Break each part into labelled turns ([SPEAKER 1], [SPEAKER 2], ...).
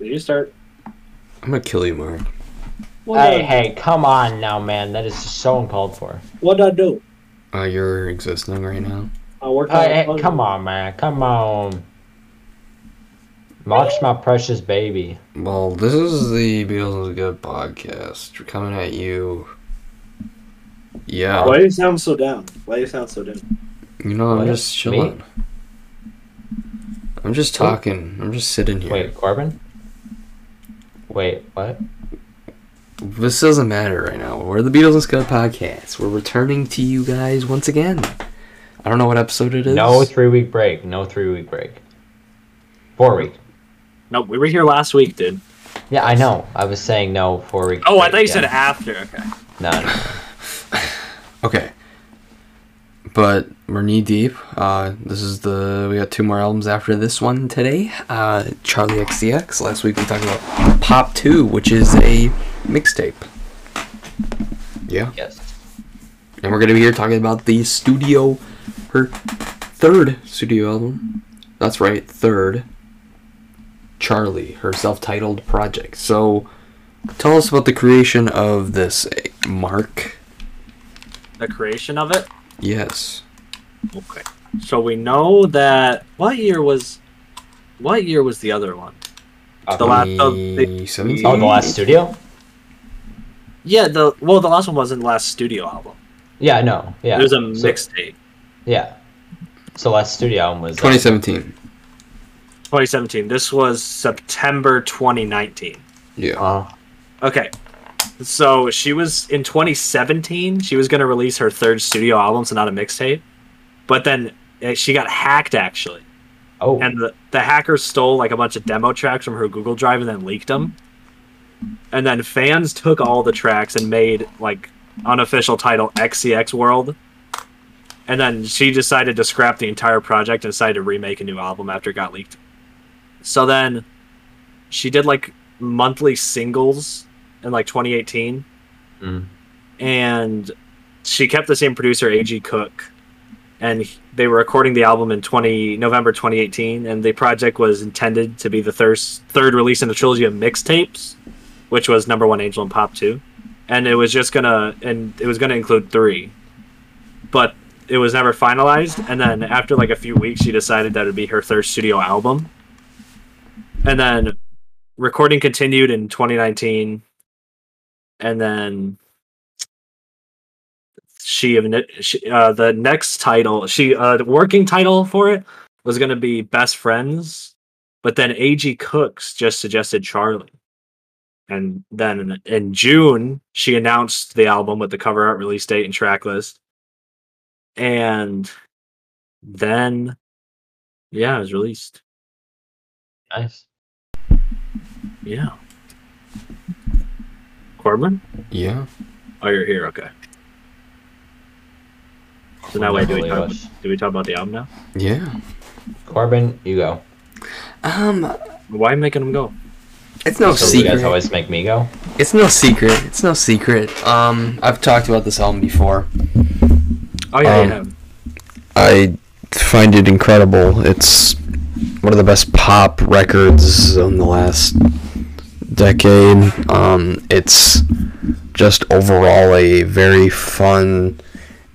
[SPEAKER 1] You start. Uh,
[SPEAKER 2] I'm gonna kill you, Mark.
[SPEAKER 1] What
[SPEAKER 3] Hey,
[SPEAKER 1] I,
[SPEAKER 3] hey, come on now, man. That is just so uncalled for.
[SPEAKER 1] what I do?
[SPEAKER 2] Uh, you're existing right now.
[SPEAKER 1] I work on
[SPEAKER 3] Hey, hey, come on, man. Come on. Mark's my precious baby.
[SPEAKER 2] Well, this is the Beatles is Good podcast We're coming at you. Yeah,
[SPEAKER 1] Why do you sound so down? Why do you sound so down?
[SPEAKER 2] you know I'm
[SPEAKER 3] What?
[SPEAKER 2] just chilling. I'm just talking. I'm just sitting here.
[SPEAKER 3] Wait, Corbin? Wait, what?
[SPEAKER 2] This doesn't matter right now. We're the Beatles is Good podcast. We're returning to you guys once again. I don't know what episode it is.
[SPEAKER 3] No three week break. No three week break. Four week.
[SPEAKER 1] No, we were here last week, dude.
[SPEAKER 3] Yeah, I know. I was saying no four week.
[SPEAKER 1] Oh, I
[SPEAKER 3] break,
[SPEAKER 1] thought you
[SPEAKER 3] yeah.
[SPEAKER 1] said after. Okay.
[SPEAKER 3] No, no.
[SPEAKER 2] Okay. But we're knee deep. Uh, this is the we got two more albums after this one today. Uh, Charlie XCX. Last week we talked about Pop Two, which is a mixtape. Yeah,
[SPEAKER 3] Yes.
[SPEAKER 2] and we're gonna be here talking about the studio, her third studio album. That's right, third. Charlie, her self-titled project. So, tell us about the creation of this, eh, Mark.
[SPEAKER 1] The creation of it.
[SPEAKER 2] Yes.
[SPEAKER 1] Okay. So we know that what year was, what year was the other one?
[SPEAKER 3] Uh,
[SPEAKER 1] The last of the,
[SPEAKER 2] 2017?
[SPEAKER 3] oh, the last studio?
[SPEAKER 1] yeah the well the last one wasn't the last studio album.
[SPEAKER 3] Yeah, no. Yeah.
[SPEAKER 1] It was a
[SPEAKER 3] So-
[SPEAKER 1] mixtape.
[SPEAKER 3] yeah. So last studio album was. uh,
[SPEAKER 2] 2017.
[SPEAKER 1] 2017. This was September 2019.
[SPEAKER 2] Yeah.
[SPEAKER 3] Uh,
[SPEAKER 1] Okay. So she was in 2017. She was going to release her third studio album, so not a mixtape. But then eh, she got hacked actually,
[SPEAKER 3] oh.
[SPEAKER 1] and the, the hacker stole like a bunch of demo tracks from her Google Drive and then leaked them. And then fans took all the tracks and made like unofficial title XCX World. And then she decided to scrap the entire project and decided to remake a new album after it got leaked. So then she did like monthly singles in like 2018
[SPEAKER 3] Mm.
[SPEAKER 1] and she kept the same producer ag cook and he- they were recording the album in 20 november 2018 and the project was intended to be the third, third release in a trilogy of mixtapes which was number one angel and pop 2 and it was just gonna and it was gonna include three but it was never finalized and then after like a few weeks she decided that it would be her third studio album and then recording continued in 2019 and then she, she uh, the next title she uh the working title for it was going to be best friends but then ag cooks just suggested charlie and then in june she announced the album with the cover art release date and track list and then yeah it was released
[SPEAKER 3] nice.
[SPEAKER 1] Yeah. Corbin?
[SPEAKER 2] Yeah.
[SPEAKER 1] Oh, you're here. Okay. So now, wait, do we,
[SPEAKER 3] Holy
[SPEAKER 1] talk,
[SPEAKER 3] rush.
[SPEAKER 1] do we talk about the album now?
[SPEAKER 2] Yeah.
[SPEAKER 3] Corbin, you go.
[SPEAKER 2] Um,
[SPEAKER 1] Why am I making him go?
[SPEAKER 2] it's no
[SPEAKER 3] So you
[SPEAKER 2] Oh, secret.
[SPEAKER 3] guys always make me go.
[SPEAKER 2] It's no secret. It's no secret. Um, I've talked about this album before.
[SPEAKER 1] Oh, yeah,
[SPEAKER 2] Um,
[SPEAKER 1] yeah.
[SPEAKER 2] I find it incredible. It's one of the best pop records in the last decade. Um, it's just overall a very fun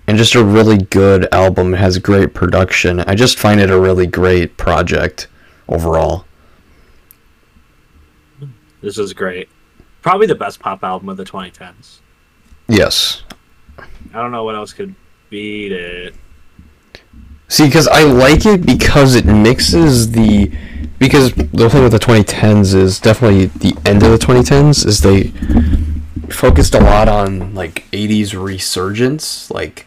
[SPEAKER 2] and just a really good album. It has great production. I just find it a really great project overall.
[SPEAKER 1] This is great. Probably the best pop album of the 2010s.
[SPEAKER 2] Yes,
[SPEAKER 1] I don't know what else could beat it.
[SPEAKER 2] See, because I like it because it mixes the, because the thing with the 2010s is definitely the end of the 2010s is they focused a lot on like 80s resurgence, like,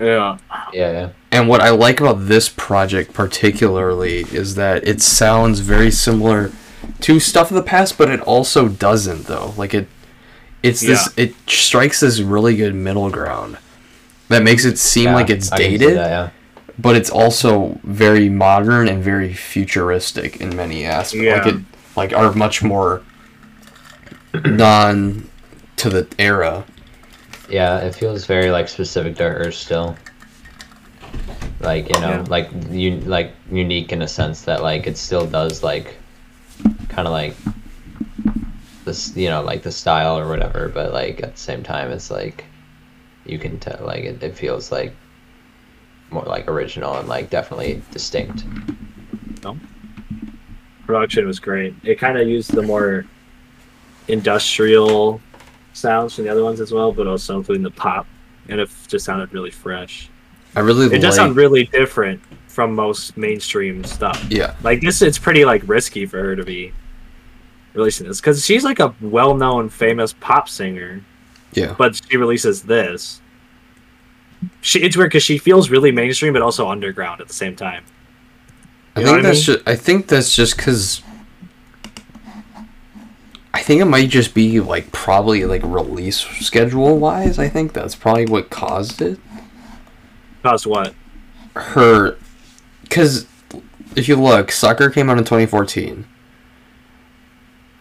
[SPEAKER 1] Yeah.
[SPEAKER 3] Yeah, yeah.
[SPEAKER 2] and what I like about this project particularly is that it sounds very similar to stuff of the past, but it also doesn't though. Like it, it's this, it strikes this really good middle ground that makes it seem
[SPEAKER 3] Yeah,
[SPEAKER 2] like it's
[SPEAKER 3] I can see
[SPEAKER 2] dated
[SPEAKER 3] that, yeah.
[SPEAKER 2] but it's also very modern and very futuristic in many aspects. Like
[SPEAKER 1] Yeah.
[SPEAKER 2] it like are much more non to the era.
[SPEAKER 3] Yeah, it feels very like specific to her still. Like you know,
[SPEAKER 1] Yeah.
[SPEAKER 3] like you like unique in a sense that like it still does like kind of like this you know like the style or whatever but like at the same time it's like you can tell like it, it feels like more like original and like definitely distinct
[SPEAKER 1] production was great. It kind of used the more industrial sounds from the other ones as well, but also including the pop, and it f- just sounded really fresh.
[SPEAKER 2] I really
[SPEAKER 1] It
[SPEAKER 2] like.
[SPEAKER 1] does sound really different from most mainstream stuff.
[SPEAKER 2] yeah,
[SPEAKER 1] Like this, it's pretty like risky for her to be releasing this because she's like a well-known, famous pop singer,
[SPEAKER 2] yeah,
[SPEAKER 1] but she releases this. She it's weird because she feels really mainstream, but also underground at the same time.
[SPEAKER 2] I
[SPEAKER 1] You know what
[SPEAKER 2] think
[SPEAKER 1] I
[SPEAKER 2] that's
[SPEAKER 1] mean?
[SPEAKER 2] just. I think that's just because. I think it might just be like probably like release schedule wise. I think that's probably what caused it.
[SPEAKER 1] Caused what?
[SPEAKER 2] her because if you look soccer came out in 2014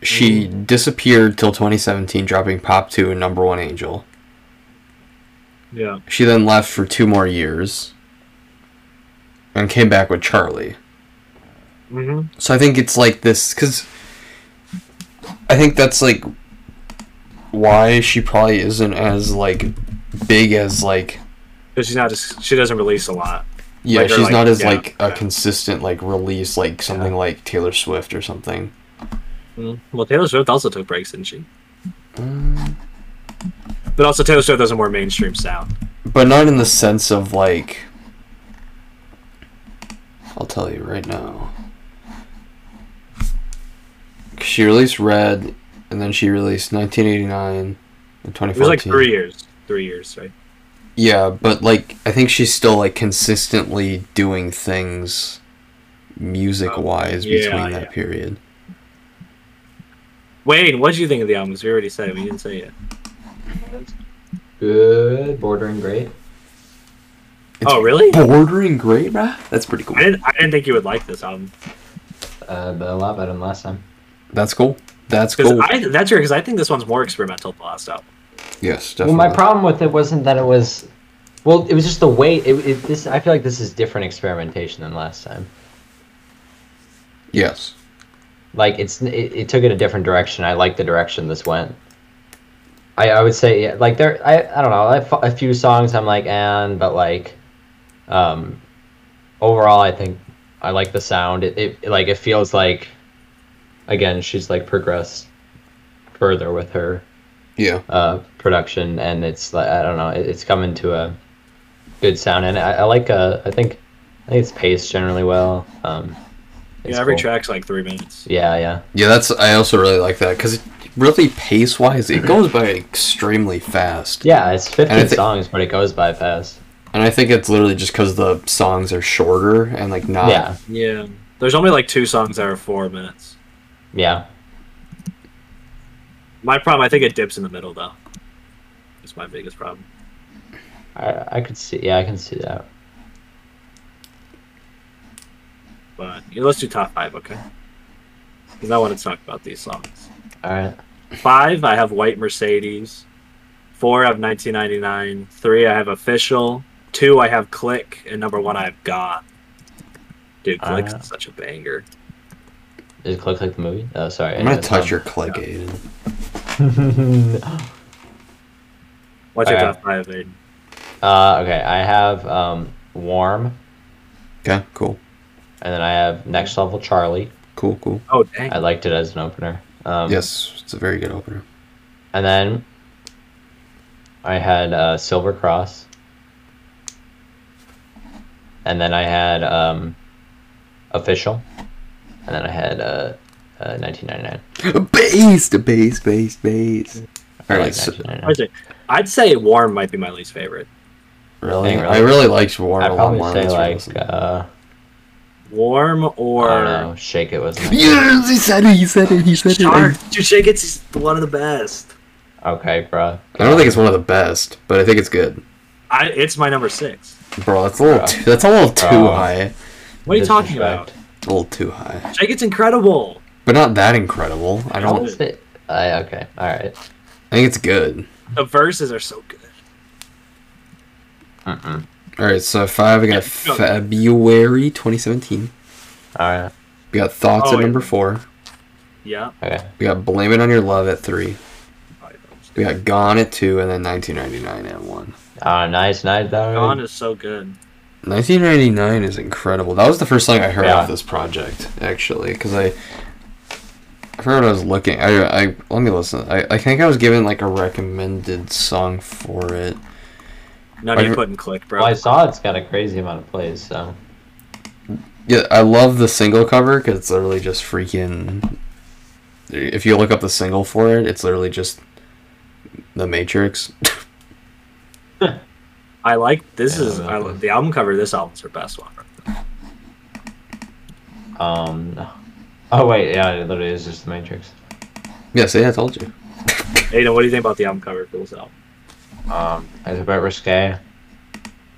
[SPEAKER 2] she
[SPEAKER 1] Mm-hmm.
[SPEAKER 2] disappeared till 2017 dropping pop 2 and number one angel
[SPEAKER 1] Yeah,
[SPEAKER 2] she then left for two more years and came back with charlie
[SPEAKER 1] hmm
[SPEAKER 2] so i think it's like this because i think that's like why she probably isn't as like big as like
[SPEAKER 1] because she's not just she doesn't release a lot.
[SPEAKER 2] Yeah,
[SPEAKER 1] Like, or,
[SPEAKER 2] she's
[SPEAKER 1] like,
[SPEAKER 2] not as
[SPEAKER 1] yeah,
[SPEAKER 2] like a
[SPEAKER 1] yeah.
[SPEAKER 2] consistent like release like something like Taylor Swift or something.
[SPEAKER 1] Mm. Well, Taylor Swift also took breaks, didn't she? But also, Taylor Swift has a more mainstream sound.
[SPEAKER 2] But not in the sense of like I'll tell you right now. She released Red and then she released 1989 and
[SPEAKER 1] It was
[SPEAKER 2] 2014.
[SPEAKER 1] like three years. Three years, right?
[SPEAKER 2] Yeah, but like I think she's still like consistently doing things music wise
[SPEAKER 1] Oh, yeah,
[SPEAKER 2] between that
[SPEAKER 1] yeah.
[SPEAKER 2] period.
[SPEAKER 1] Wayne, what did you think of the album? 'Cause we already said it. We didn't say it.
[SPEAKER 3] good bordering great
[SPEAKER 2] It's-
[SPEAKER 1] oh, really?
[SPEAKER 2] Bordering great, bruh? That's pretty cool.
[SPEAKER 1] I didn't. I didn't think you would like this album
[SPEAKER 3] uh, but a lot better than last time
[SPEAKER 2] That's cool. That's
[SPEAKER 1] because
[SPEAKER 2] cool.
[SPEAKER 3] Oh.
[SPEAKER 1] I. That's weird because I think this one's more experimental than the last album.
[SPEAKER 2] Yes,
[SPEAKER 3] well
[SPEAKER 2] definitely.
[SPEAKER 3] my problem with it wasn't that it was well it was just the way it, it this i feel like this is different experimentation than last time
[SPEAKER 2] Yes.
[SPEAKER 3] like it's it, it took it a different direction. I like the direction this went. I, I would say yeah, like there I, I don't know I fo- a few songs I'm like and but like um overall I think I like the sound it, it like it feels like again she's like progressed further with her
[SPEAKER 2] Yeah.
[SPEAKER 3] uh production and it's like I don't know it, it's coming to a good sound and I, I like uh I think I think it's paced generally well um
[SPEAKER 1] Yeah,
[SPEAKER 3] it's
[SPEAKER 1] every
[SPEAKER 3] cool.
[SPEAKER 1] track's like three minutes.
[SPEAKER 3] yeah yeah
[SPEAKER 2] Yeah, that's. I also really like that because really pace wise, it goes by extremely fast.
[SPEAKER 3] Yeah, it's 15
[SPEAKER 2] And I thi-
[SPEAKER 3] songs, but it goes by fast.
[SPEAKER 2] And I think it's literally just because the songs are shorter and like not.
[SPEAKER 3] yeah,
[SPEAKER 1] Yeah. There's only like two songs that are four minutes.
[SPEAKER 3] yeah.
[SPEAKER 1] My problem, I think it dips in the middle though. It's my biggest problem.
[SPEAKER 3] I, I could see. Yeah, I can see that.
[SPEAKER 1] But yeah, let's do top five, okay? Because I want to talk about these songs.
[SPEAKER 3] All right.
[SPEAKER 1] Five, I have White Mercedes. Four, I have 1999. Three, I have Official. Two, I have Click. And number one, I have Gone. Dude, Click's
[SPEAKER 3] Ah.
[SPEAKER 1] such a banger.
[SPEAKER 3] Is it Click Like the Movie? Oh, sorry. um,
[SPEAKER 2] I'm gonna touch your click, Aiden.
[SPEAKER 1] What's your
[SPEAKER 3] Alright.
[SPEAKER 1] top five, Aiden?
[SPEAKER 3] Uh, okay, I have um, Warm,
[SPEAKER 2] Okay. Cool.
[SPEAKER 3] and then I have Next Level Charlie.
[SPEAKER 2] Cool. Cool.
[SPEAKER 1] Oh, dang.
[SPEAKER 3] I liked it as an opener. Um,
[SPEAKER 2] Yes, it's a very good opener.
[SPEAKER 3] And then I had uh, Silver Cross. And then I had um, Official. And then I had uh, uh, 1999.
[SPEAKER 2] Bass, the bass, bass, bass.
[SPEAKER 3] I
[SPEAKER 2] All
[SPEAKER 3] like
[SPEAKER 2] right. So,
[SPEAKER 3] 1999.
[SPEAKER 1] Where's it? I'd say Warm might be my least favorite.
[SPEAKER 2] really,
[SPEAKER 3] Dang, really?
[SPEAKER 2] I really liked Warren
[SPEAKER 3] I'd
[SPEAKER 2] a lot
[SPEAKER 3] probably
[SPEAKER 2] more.
[SPEAKER 3] say
[SPEAKER 2] than
[SPEAKER 3] like
[SPEAKER 2] this one.
[SPEAKER 3] uh,
[SPEAKER 1] Warm
[SPEAKER 3] I
[SPEAKER 1] or.
[SPEAKER 3] don't know, shake it was. my-
[SPEAKER 2] yes, he said it. He said it. He said it. I,
[SPEAKER 1] Shark. Dude, Shake It's one of the best.
[SPEAKER 3] Okay, bro.
[SPEAKER 2] I don't think it's one of the best, but I think it's good,
[SPEAKER 1] I, it's my number six.
[SPEAKER 2] bro. That's a little.
[SPEAKER 3] Bro.
[SPEAKER 2] Too, that's a little too
[SPEAKER 3] Bro.
[SPEAKER 2] high.
[SPEAKER 1] What are you talking about?
[SPEAKER 2] It's a little too high.
[SPEAKER 1] Shake It's incredible.
[SPEAKER 2] but not that incredible. I
[SPEAKER 1] No.
[SPEAKER 2] don't.
[SPEAKER 3] What's it? I, okay, all right.
[SPEAKER 2] I think it's good.
[SPEAKER 1] The verses are so good.
[SPEAKER 3] Mm-mm.
[SPEAKER 2] All right, so five. We got
[SPEAKER 1] Yeah, go.
[SPEAKER 2] February 2017.
[SPEAKER 3] All right.
[SPEAKER 2] We got thoughts
[SPEAKER 1] Oh,
[SPEAKER 2] at
[SPEAKER 1] yeah.
[SPEAKER 2] number four.
[SPEAKER 1] Yeah.
[SPEAKER 3] Okay.
[SPEAKER 2] We got Blame It On Your Love at three.
[SPEAKER 1] I don't-
[SPEAKER 2] We got Gone at two, and then 1999 at one.
[SPEAKER 3] Ah, nice, nice. That
[SPEAKER 1] Gone is so good.
[SPEAKER 2] 1999 is incredible. That was the first song I heard
[SPEAKER 3] Yeah.
[SPEAKER 2] of this project, actually, because I, I heard I was looking. I, I let me listen. I, I think I was given like a recommended song for it.
[SPEAKER 1] No,
[SPEAKER 2] Are
[SPEAKER 1] you
[SPEAKER 2] you-
[SPEAKER 1] couldn't click, bro.
[SPEAKER 3] well, I saw it's got a crazy amount of plays. So
[SPEAKER 2] Yeah, I love the single cover because it's literally just freaking. If you look up the single for it, it's literally just the Matrix.
[SPEAKER 1] I like this
[SPEAKER 3] Yeah,
[SPEAKER 1] is
[SPEAKER 3] that
[SPEAKER 1] I,
[SPEAKER 3] one.
[SPEAKER 1] the album cover. of This album's her best one.
[SPEAKER 3] Um. Oh wait, yeah, it literally is just the Matrix.
[SPEAKER 2] yeah, see, I told you.
[SPEAKER 1] Hey, what do you think about the album cover for this album?
[SPEAKER 3] Um, it's a bit risque.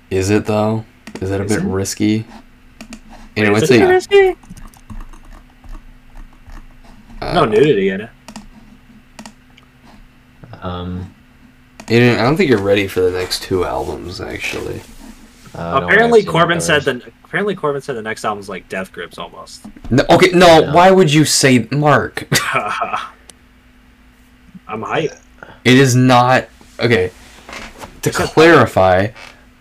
[SPEAKER 2] Is it though? Is it a
[SPEAKER 1] Is
[SPEAKER 2] bit
[SPEAKER 1] it?
[SPEAKER 2] risky? You know,
[SPEAKER 1] Wait,
[SPEAKER 2] it's
[SPEAKER 1] is it
[SPEAKER 2] a,
[SPEAKER 1] risky?
[SPEAKER 2] uh,
[SPEAKER 1] No nudity in it.
[SPEAKER 3] Um,
[SPEAKER 2] You know, I don't think you're ready for the next two albums, actually.
[SPEAKER 3] I don't wanna
[SPEAKER 1] apparently,
[SPEAKER 3] see
[SPEAKER 1] Corbin
[SPEAKER 3] the
[SPEAKER 1] said
[SPEAKER 3] covers.
[SPEAKER 1] that. Apparently, Corbin said the next album's like Death Grips almost.
[SPEAKER 2] No, okay, no.
[SPEAKER 3] Yeah.
[SPEAKER 2] Why would you say Mark?
[SPEAKER 1] I'm hyped.
[SPEAKER 2] it is not okay. To clarify,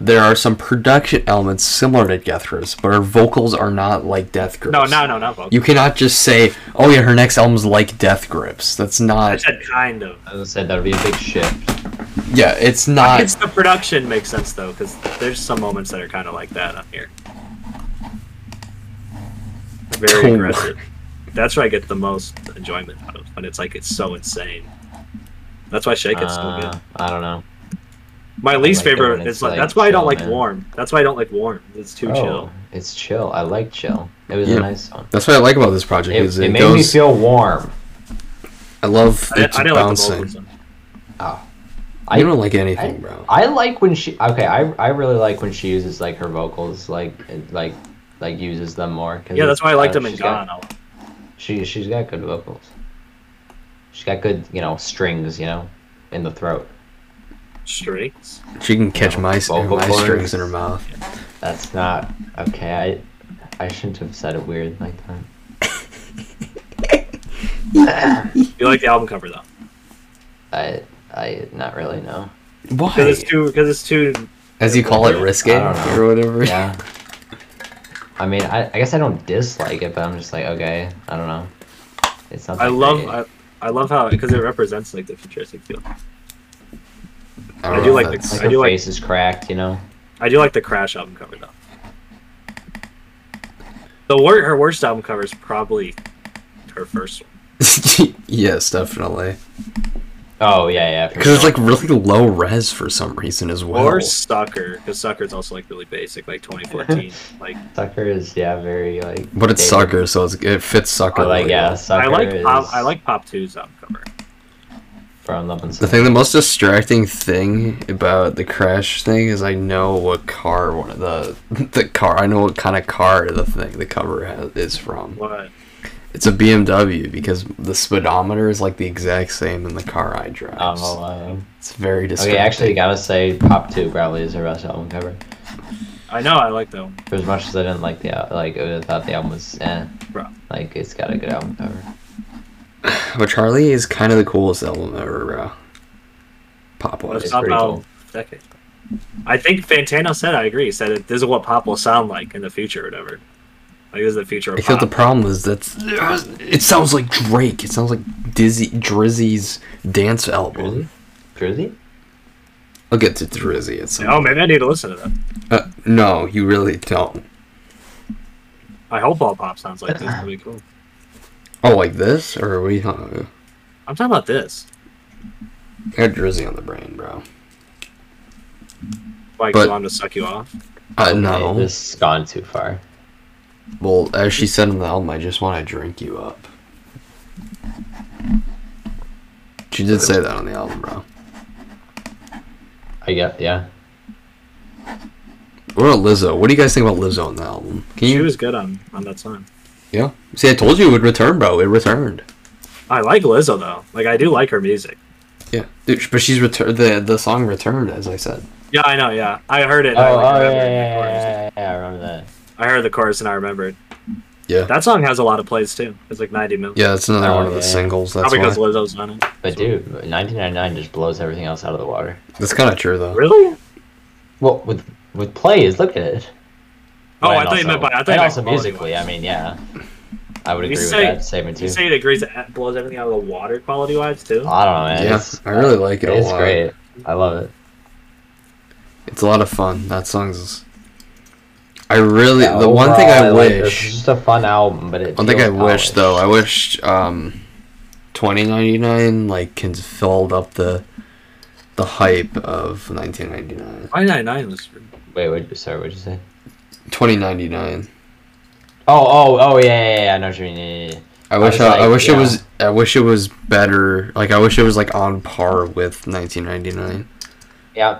[SPEAKER 2] there are some production elements similar to Death Grips, but her vocals are not like Death Grips.
[SPEAKER 1] No, no, no, not vocal.
[SPEAKER 2] You cannot just say, "Oh yeah, her next album's like Death Grips." That's
[SPEAKER 1] I
[SPEAKER 2] not.
[SPEAKER 1] said kind of.
[SPEAKER 3] As I said, that would be a big shift.
[SPEAKER 2] Yeah, it's not.
[SPEAKER 1] it's the production makes sense though, because there's some moments that are kind of like that on here. Very
[SPEAKER 2] Oh.
[SPEAKER 1] aggressive. That's where I get the most enjoyment out of when it's like it's so insane. That's why Shake It's so
[SPEAKER 3] Uh,
[SPEAKER 1] good.
[SPEAKER 3] I don't know.
[SPEAKER 1] My least
[SPEAKER 3] like it when
[SPEAKER 1] favorite
[SPEAKER 3] it's,
[SPEAKER 1] is like,
[SPEAKER 3] like,
[SPEAKER 1] that's why I don't
[SPEAKER 3] chill,
[SPEAKER 1] like
[SPEAKER 3] man. Oh,
[SPEAKER 1] Warm. That's why I don't like Warm. It's too chill.
[SPEAKER 3] It's chill. I like chill. It was
[SPEAKER 2] Yeah.
[SPEAKER 3] a nice song.
[SPEAKER 2] That's what I like about this project.
[SPEAKER 3] It,
[SPEAKER 2] Is
[SPEAKER 3] it
[SPEAKER 2] it,
[SPEAKER 3] made me
[SPEAKER 2] goes.
[SPEAKER 3] feel warm.
[SPEAKER 2] I love
[SPEAKER 1] I,
[SPEAKER 2] it's
[SPEAKER 1] I didn't like the
[SPEAKER 2] bouncing.
[SPEAKER 1] vocals.
[SPEAKER 3] Oh.
[SPEAKER 2] I you don't like anything, bro.
[SPEAKER 3] I like when she okay. I, I really like when she uses like her vocals like it- like like uses them more. 'cause
[SPEAKER 1] Yeah, that's why I liked
[SPEAKER 3] uh,
[SPEAKER 1] them in
[SPEAKER 3] she's got-
[SPEAKER 1] Gone. I-
[SPEAKER 3] She she's got good vocals. She's got good you know strings you know in the throat.
[SPEAKER 1] Strings.
[SPEAKER 2] She can catch my,
[SPEAKER 3] Vocal
[SPEAKER 2] my strings
[SPEAKER 3] cords.
[SPEAKER 2] in her mouth.
[SPEAKER 3] That's not okay. I I shouldn't have said it weird like that.
[SPEAKER 1] You like the album cover though,
[SPEAKER 3] I I not really know.
[SPEAKER 2] Why?
[SPEAKER 1] because it's too because it's too
[SPEAKER 2] As you call it, risque
[SPEAKER 3] I don't know.
[SPEAKER 2] or whatever.
[SPEAKER 3] Yeah. I mean, I, I guess I don't dislike it, but I'm just like, okay, I don't know. It's not.
[SPEAKER 1] I
[SPEAKER 3] that
[SPEAKER 1] love
[SPEAKER 3] great.
[SPEAKER 1] I, I love how because it represents like the futuristic feel.
[SPEAKER 2] don't
[SPEAKER 1] I
[SPEAKER 2] know
[SPEAKER 1] do
[SPEAKER 2] if
[SPEAKER 1] like the-
[SPEAKER 2] that's-
[SPEAKER 3] like
[SPEAKER 1] I
[SPEAKER 3] her
[SPEAKER 1] do like-
[SPEAKER 3] face is cracked, you know.
[SPEAKER 1] I do like the Crash album cover though. The wor- her worst album cover is probably her first one.
[SPEAKER 2] yes, definitely.
[SPEAKER 3] Oh yeah, yeah. for
[SPEAKER 2] Because it's
[SPEAKER 3] sure.
[SPEAKER 2] like really low res for some reason as well.
[SPEAKER 1] Or Sucker, because Sucker's also like really basic, like 2014. like
[SPEAKER 3] sucker is yeah very like.
[SPEAKER 2] But it's
[SPEAKER 3] dated.
[SPEAKER 2] sucker, so it's, it fits sucker.
[SPEAKER 3] But like
[SPEAKER 2] really
[SPEAKER 3] yeah,
[SPEAKER 2] well.
[SPEAKER 3] sucker
[SPEAKER 1] I like
[SPEAKER 3] is
[SPEAKER 1] pop, I like Pop 2's album cover.
[SPEAKER 3] from Love and
[SPEAKER 2] The thing, the most distracting thing about the crash thing is I know what car one of the the car I know what kind of car the thing the cover has, is from.
[SPEAKER 1] What?
[SPEAKER 2] It's a BMW because the speedometer is like the exact same in the car I drive.
[SPEAKER 3] Oh, uh,
[SPEAKER 2] it's very distracting.
[SPEAKER 3] okay, actually, gotta say, Pop Two probably is her best album cover.
[SPEAKER 1] I know, I like that one.
[SPEAKER 3] For as much as I didn't like the al- like, I thought the album was eh.
[SPEAKER 1] Bro.
[SPEAKER 3] Like it's got a good album cover.
[SPEAKER 2] But Charlie is kind of the coolest album ever, bro. Pop
[SPEAKER 1] That's
[SPEAKER 2] was.
[SPEAKER 3] It's
[SPEAKER 1] not
[SPEAKER 3] pretty
[SPEAKER 1] how-
[SPEAKER 3] cool.
[SPEAKER 1] decade. I think Fantano said I agree. Said that this is what pop will sound like in the future, or whatever. Like this is the future of
[SPEAKER 2] Except
[SPEAKER 1] pop.
[SPEAKER 2] the problem is that's it sounds like Drake. It sounds like Dizzy Drizzy's dance album.
[SPEAKER 3] Drizzy?
[SPEAKER 2] I'll get to Drizzy at some.
[SPEAKER 1] oh, maybe I need to listen to that.
[SPEAKER 2] Uh, no, you really don't.
[SPEAKER 1] I hope all pop sounds like this. That'd be cool.
[SPEAKER 2] Oh, like this, or are we? Uh,
[SPEAKER 1] I'm talking about this.
[SPEAKER 2] I got Drizzy on the brain, bro.
[SPEAKER 1] Like,
[SPEAKER 2] But-
[SPEAKER 1] so I'm to suck you off.
[SPEAKER 2] Uh, no.
[SPEAKER 3] This has gone too far.
[SPEAKER 2] Well, as she said in the album, I just want to drink you up. She did say that on the album, bro.
[SPEAKER 3] I get yeah.
[SPEAKER 2] What about Lizzo? What do you guys think about Lizzo on the album? Can
[SPEAKER 1] She
[SPEAKER 3] Mm.
[SPEAKER 2] you?
[SPEAKER 1] was good on on that song.
[SPEAKER 2] Yeah. See, I told you it would return, bro. It returned.
[SPEAKER 1] I like Lizzo though. Like I do like her music.
[SPEAKER 2] Yeah, dude, sh- but she's returned. The the song returned, as I said.
[SPEAKER 1] Yeah, I know. Yeah, I heard it. and
[SPEAKER 3] Oh,
[SPEAKER 1] I,
[SPEAKER 3] oh
[SPEAKER 1] like, remembered
[SPEAKER 3] yeah, yeah,
[SPEAKER 1] the
[SPEAKER 3] yeah,
[SPEAKER 1] chorus.
[SPEAKER 3] yeah, yeah, I remember that.
[SPEAKER 1] I heard the chorus and I remembered.
[SPEAKER 2] Yeah.
[SPEAKER 1] That song has a lot of plays too. It's like 90 million.
[SPEAKER 2] Yeah, it's another
[SPEAKER 3] Oh,
[SPEAKER 2] one of the
[SPEAKER 3] yeah.
[SPEAKER 2] singles. That's
[SPEAKER 1] Probably because
[SPEAKER 2] why.
[SPEAKER 1] Lizzo's on it.
[SPEAKER 3] But dude, 1999 just blows everything else out of the water.
[SPEAKER 2] That's kind of true though.
[SPEAKER 1] Really?
[SPEAKER 3] Well, with with plays, look at it.
[SPEAKER 1] Oh, I
[SPEAKER 3] And
[SPEAKER 1] thought you
[SPEAKER 3] also-
[SPEAKER 1] meant by. I thought you
[SPEAKER 3] and
[SPEAKER 1] meant
[SPEAKER 3] also
[SPEAKER 1] quality.
[SPEAKER 3] musically. I mean, yeah, I would
[SPEAKER 1] You
[SPEAKER 3] agree with
[SPEAKER 1] say-
[SPEAKER 3] that statement too. Ah.
[SPEAKER 1] You say it agrees that blows everything out of the water quality wise too.
[SPEAKER 3] I don't know, man.
[SPEAKER 2] Yeah,
[SPEAKER 3] It's-
[SPEAKER 2] I really like it a
[SPEAKER 3] It's
[SPEAKER 2] lot.
[SPEAKER 3] great. I love it.
[SPEAKER 2] It's a lot of fun. That song's. I really
[SPEAKER 3] Yeah,
[SPEAKER 2] the one thing
[SPEAKER 3] overall,
[SPEAKER 2] I
[SPEAKER 3] Oh, like this. It's
[SPEAKER 2] wish.
[SPEAKER 3] just a fun album, but it.
[SPEAKER 2] One thing I
[SPEAKER 3] feels
[SPEAKER 2] wish
[SPEAKER 3] polished.
[SPEAKER 2] though, I wish um, 2099 like can filled up the the hype of 1999.
[SPEAKER 1] Why 99 was.
[SPEAKER 3] Wait, what? Sorry, what'd you say?
[SPEAKER 2] 2099.
[SPEAKER 3] Oh, oh, oh, yeah, yeah, yeah. I know what you mean. yeah, yeah, yeah.
[SPEAKER 2] I wish
[SPEAKER 3] was
[SPEAKER 2] I, I
[SPEAKER 3] like,
[SPEAKER 2] wish it
[SPEAKER 3] yeah.
[SPEAKER 2] was I wish it was better. Like I wish it was like on par with 1999.
[SPEAKER 3] Yeah,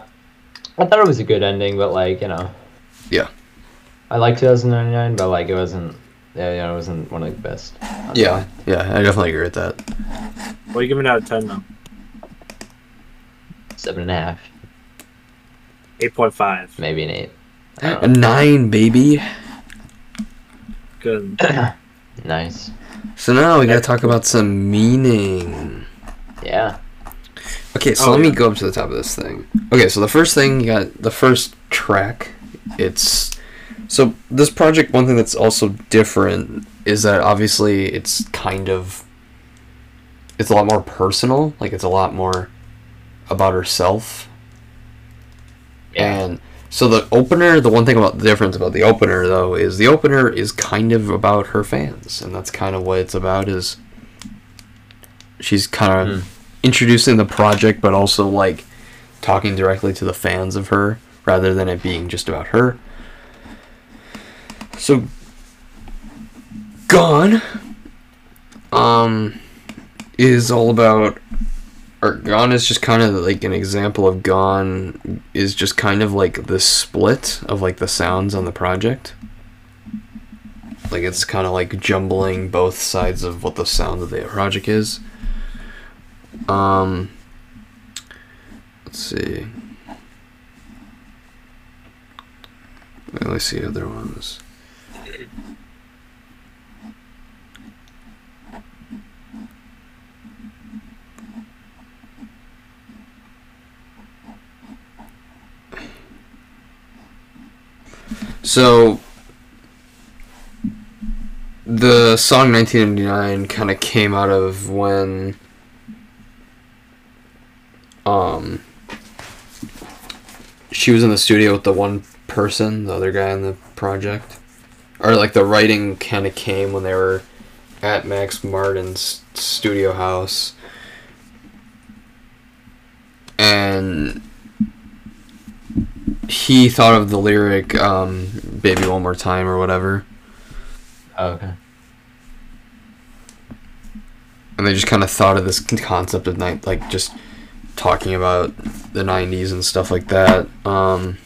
[SPEAKER 3] I thought it was a good ending, but like you know.
[SPEAKER 2] Yeah.
[SPEAKER 3] I like 2099, but like it wasn't. Yeah, yeah, it wasn't one of the best.
[SPEAKER 2] Yeah, yeah, I definitely agree with that.
[SPEAKER 1] What are you giving it out of 10 though?
[SPEAKER 3] Seven and a half,
[SPEAKER 1] 8.5.
[SPEAKER 3] maybe an eight. Uh, I
[SPEAKER 2] A
[SPEAKER 3] don't know.
[SPEAKER 2] nine, baby.
[SPEAKER 1] Good.
[SPEAKER 3] Nice.
[SPEAKER 2] So now we gotta talk about some meaning.
[SPEAKER 3] Yeah.
[SPEAKER 2] Okay, so
[SPEAKER 1] Oh,
[SPEAKER 2] let me
[SPEAKER 1] yeah.
[SPEAKER 2] go up to the top of this thing. Okay, so the first thing you got the first track. It's so this project. One thing that's also different is that obviously it's kind of it's a lot more personal. Like it's a lot more about herself.
[SPEAKER 3] Yeah.
[SPEAKER 2] And so the opener, the one thing about the difference about the opener though is the opener is kind of about her fans, and that's kind of what it's about. Is she's kind of
[SPEAKER 3] Mm.
[SPEAKER 2] introducing the project, but also like talking directly to the fans of her, rather than it being just about her. So, gone. Um, is all about or Gone is just kind of like an example of Gone is just kind of like the split of like the sounds on the project. Like it's kind of like jumbling both sides of what the sound of the project is. Um, let's see. Wait, Let's see other ones. So the song 1999 kind of came out of when um she was in the studio with the one person, the other guy in the project. Or like the writing kind of came when they were at Max Martin's studio house. And he thought of the lyric um, "Baby One More Time" or whatever,
[SPEAKER 3] Oh, okay.
[SPEAKER 2] and they just kind of thought of this concept of night, like just talking about the '90s and stuff like that. Um,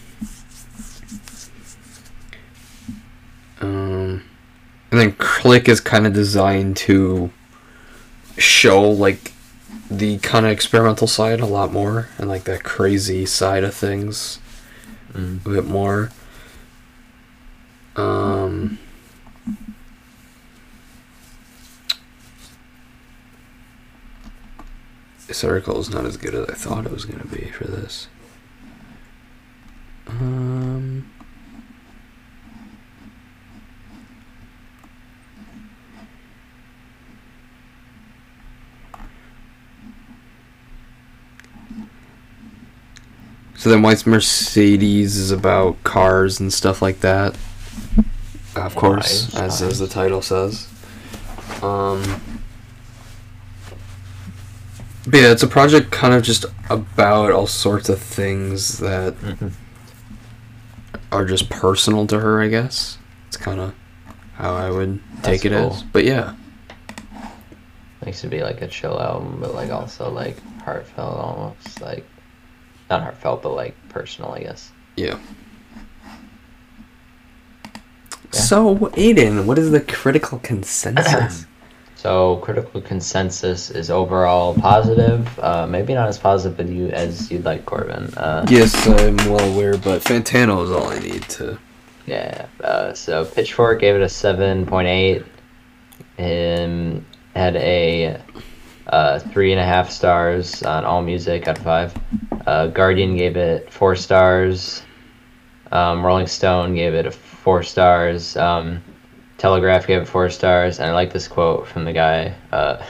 [SPEAKER 2] um, and then "Click" is kind of designed to show like the kind of experimental side a lot more, and like that crazy side of things.
[SPEAKER 3] Mm.
[SPEAKER 2] a bit more. Um, this article is not as good as I thought it was going to be for this. Um, so then White's Mercedes is about cars and stuff like that. Of course, as,
[SPEAKER 3] Nice,
[SPEAKER 2] as the title says. Um, but yeah, it's a project kind of just about all sorts of things that
[SPEAKER 3] Mhm.
[SPEAKER 2] are just personal to her, I guess. It's kind of how I would
[SPEAKER 3] That's
[SPEAKER 2] take it
[SPEAKER 3] cool.
[SPEAKER 2] as. But yeah,
[SPEAKER 3] Makes it be like a chill album, but like also like heartfelt, almost like not heartfelt, but like personal, I guess.
[SPEAKER 2] yeah.
[SPEAKER 3] Yeah.
[SPEAKER 2] So, Aiden, what is the critical consensus?
[SPEAKER 3] So critical consensus is overall positive. Uh, maybe not as positive with you as you'd like, Corbin. Uh,
[SPEAKER 2] yes, I'm well aware, but Fantano is all I need to
[SPEAKER 3] Yeah. Uh, so Pitchfork gave it a seven point eight. And had a uh, three and a half stars on AllMusic out of five. Uh, Guardian gave it four stars. Um, Rolling Stone gave it a four stars. Um, Telegraph gave it four stars. And I like this quote from the guy uh,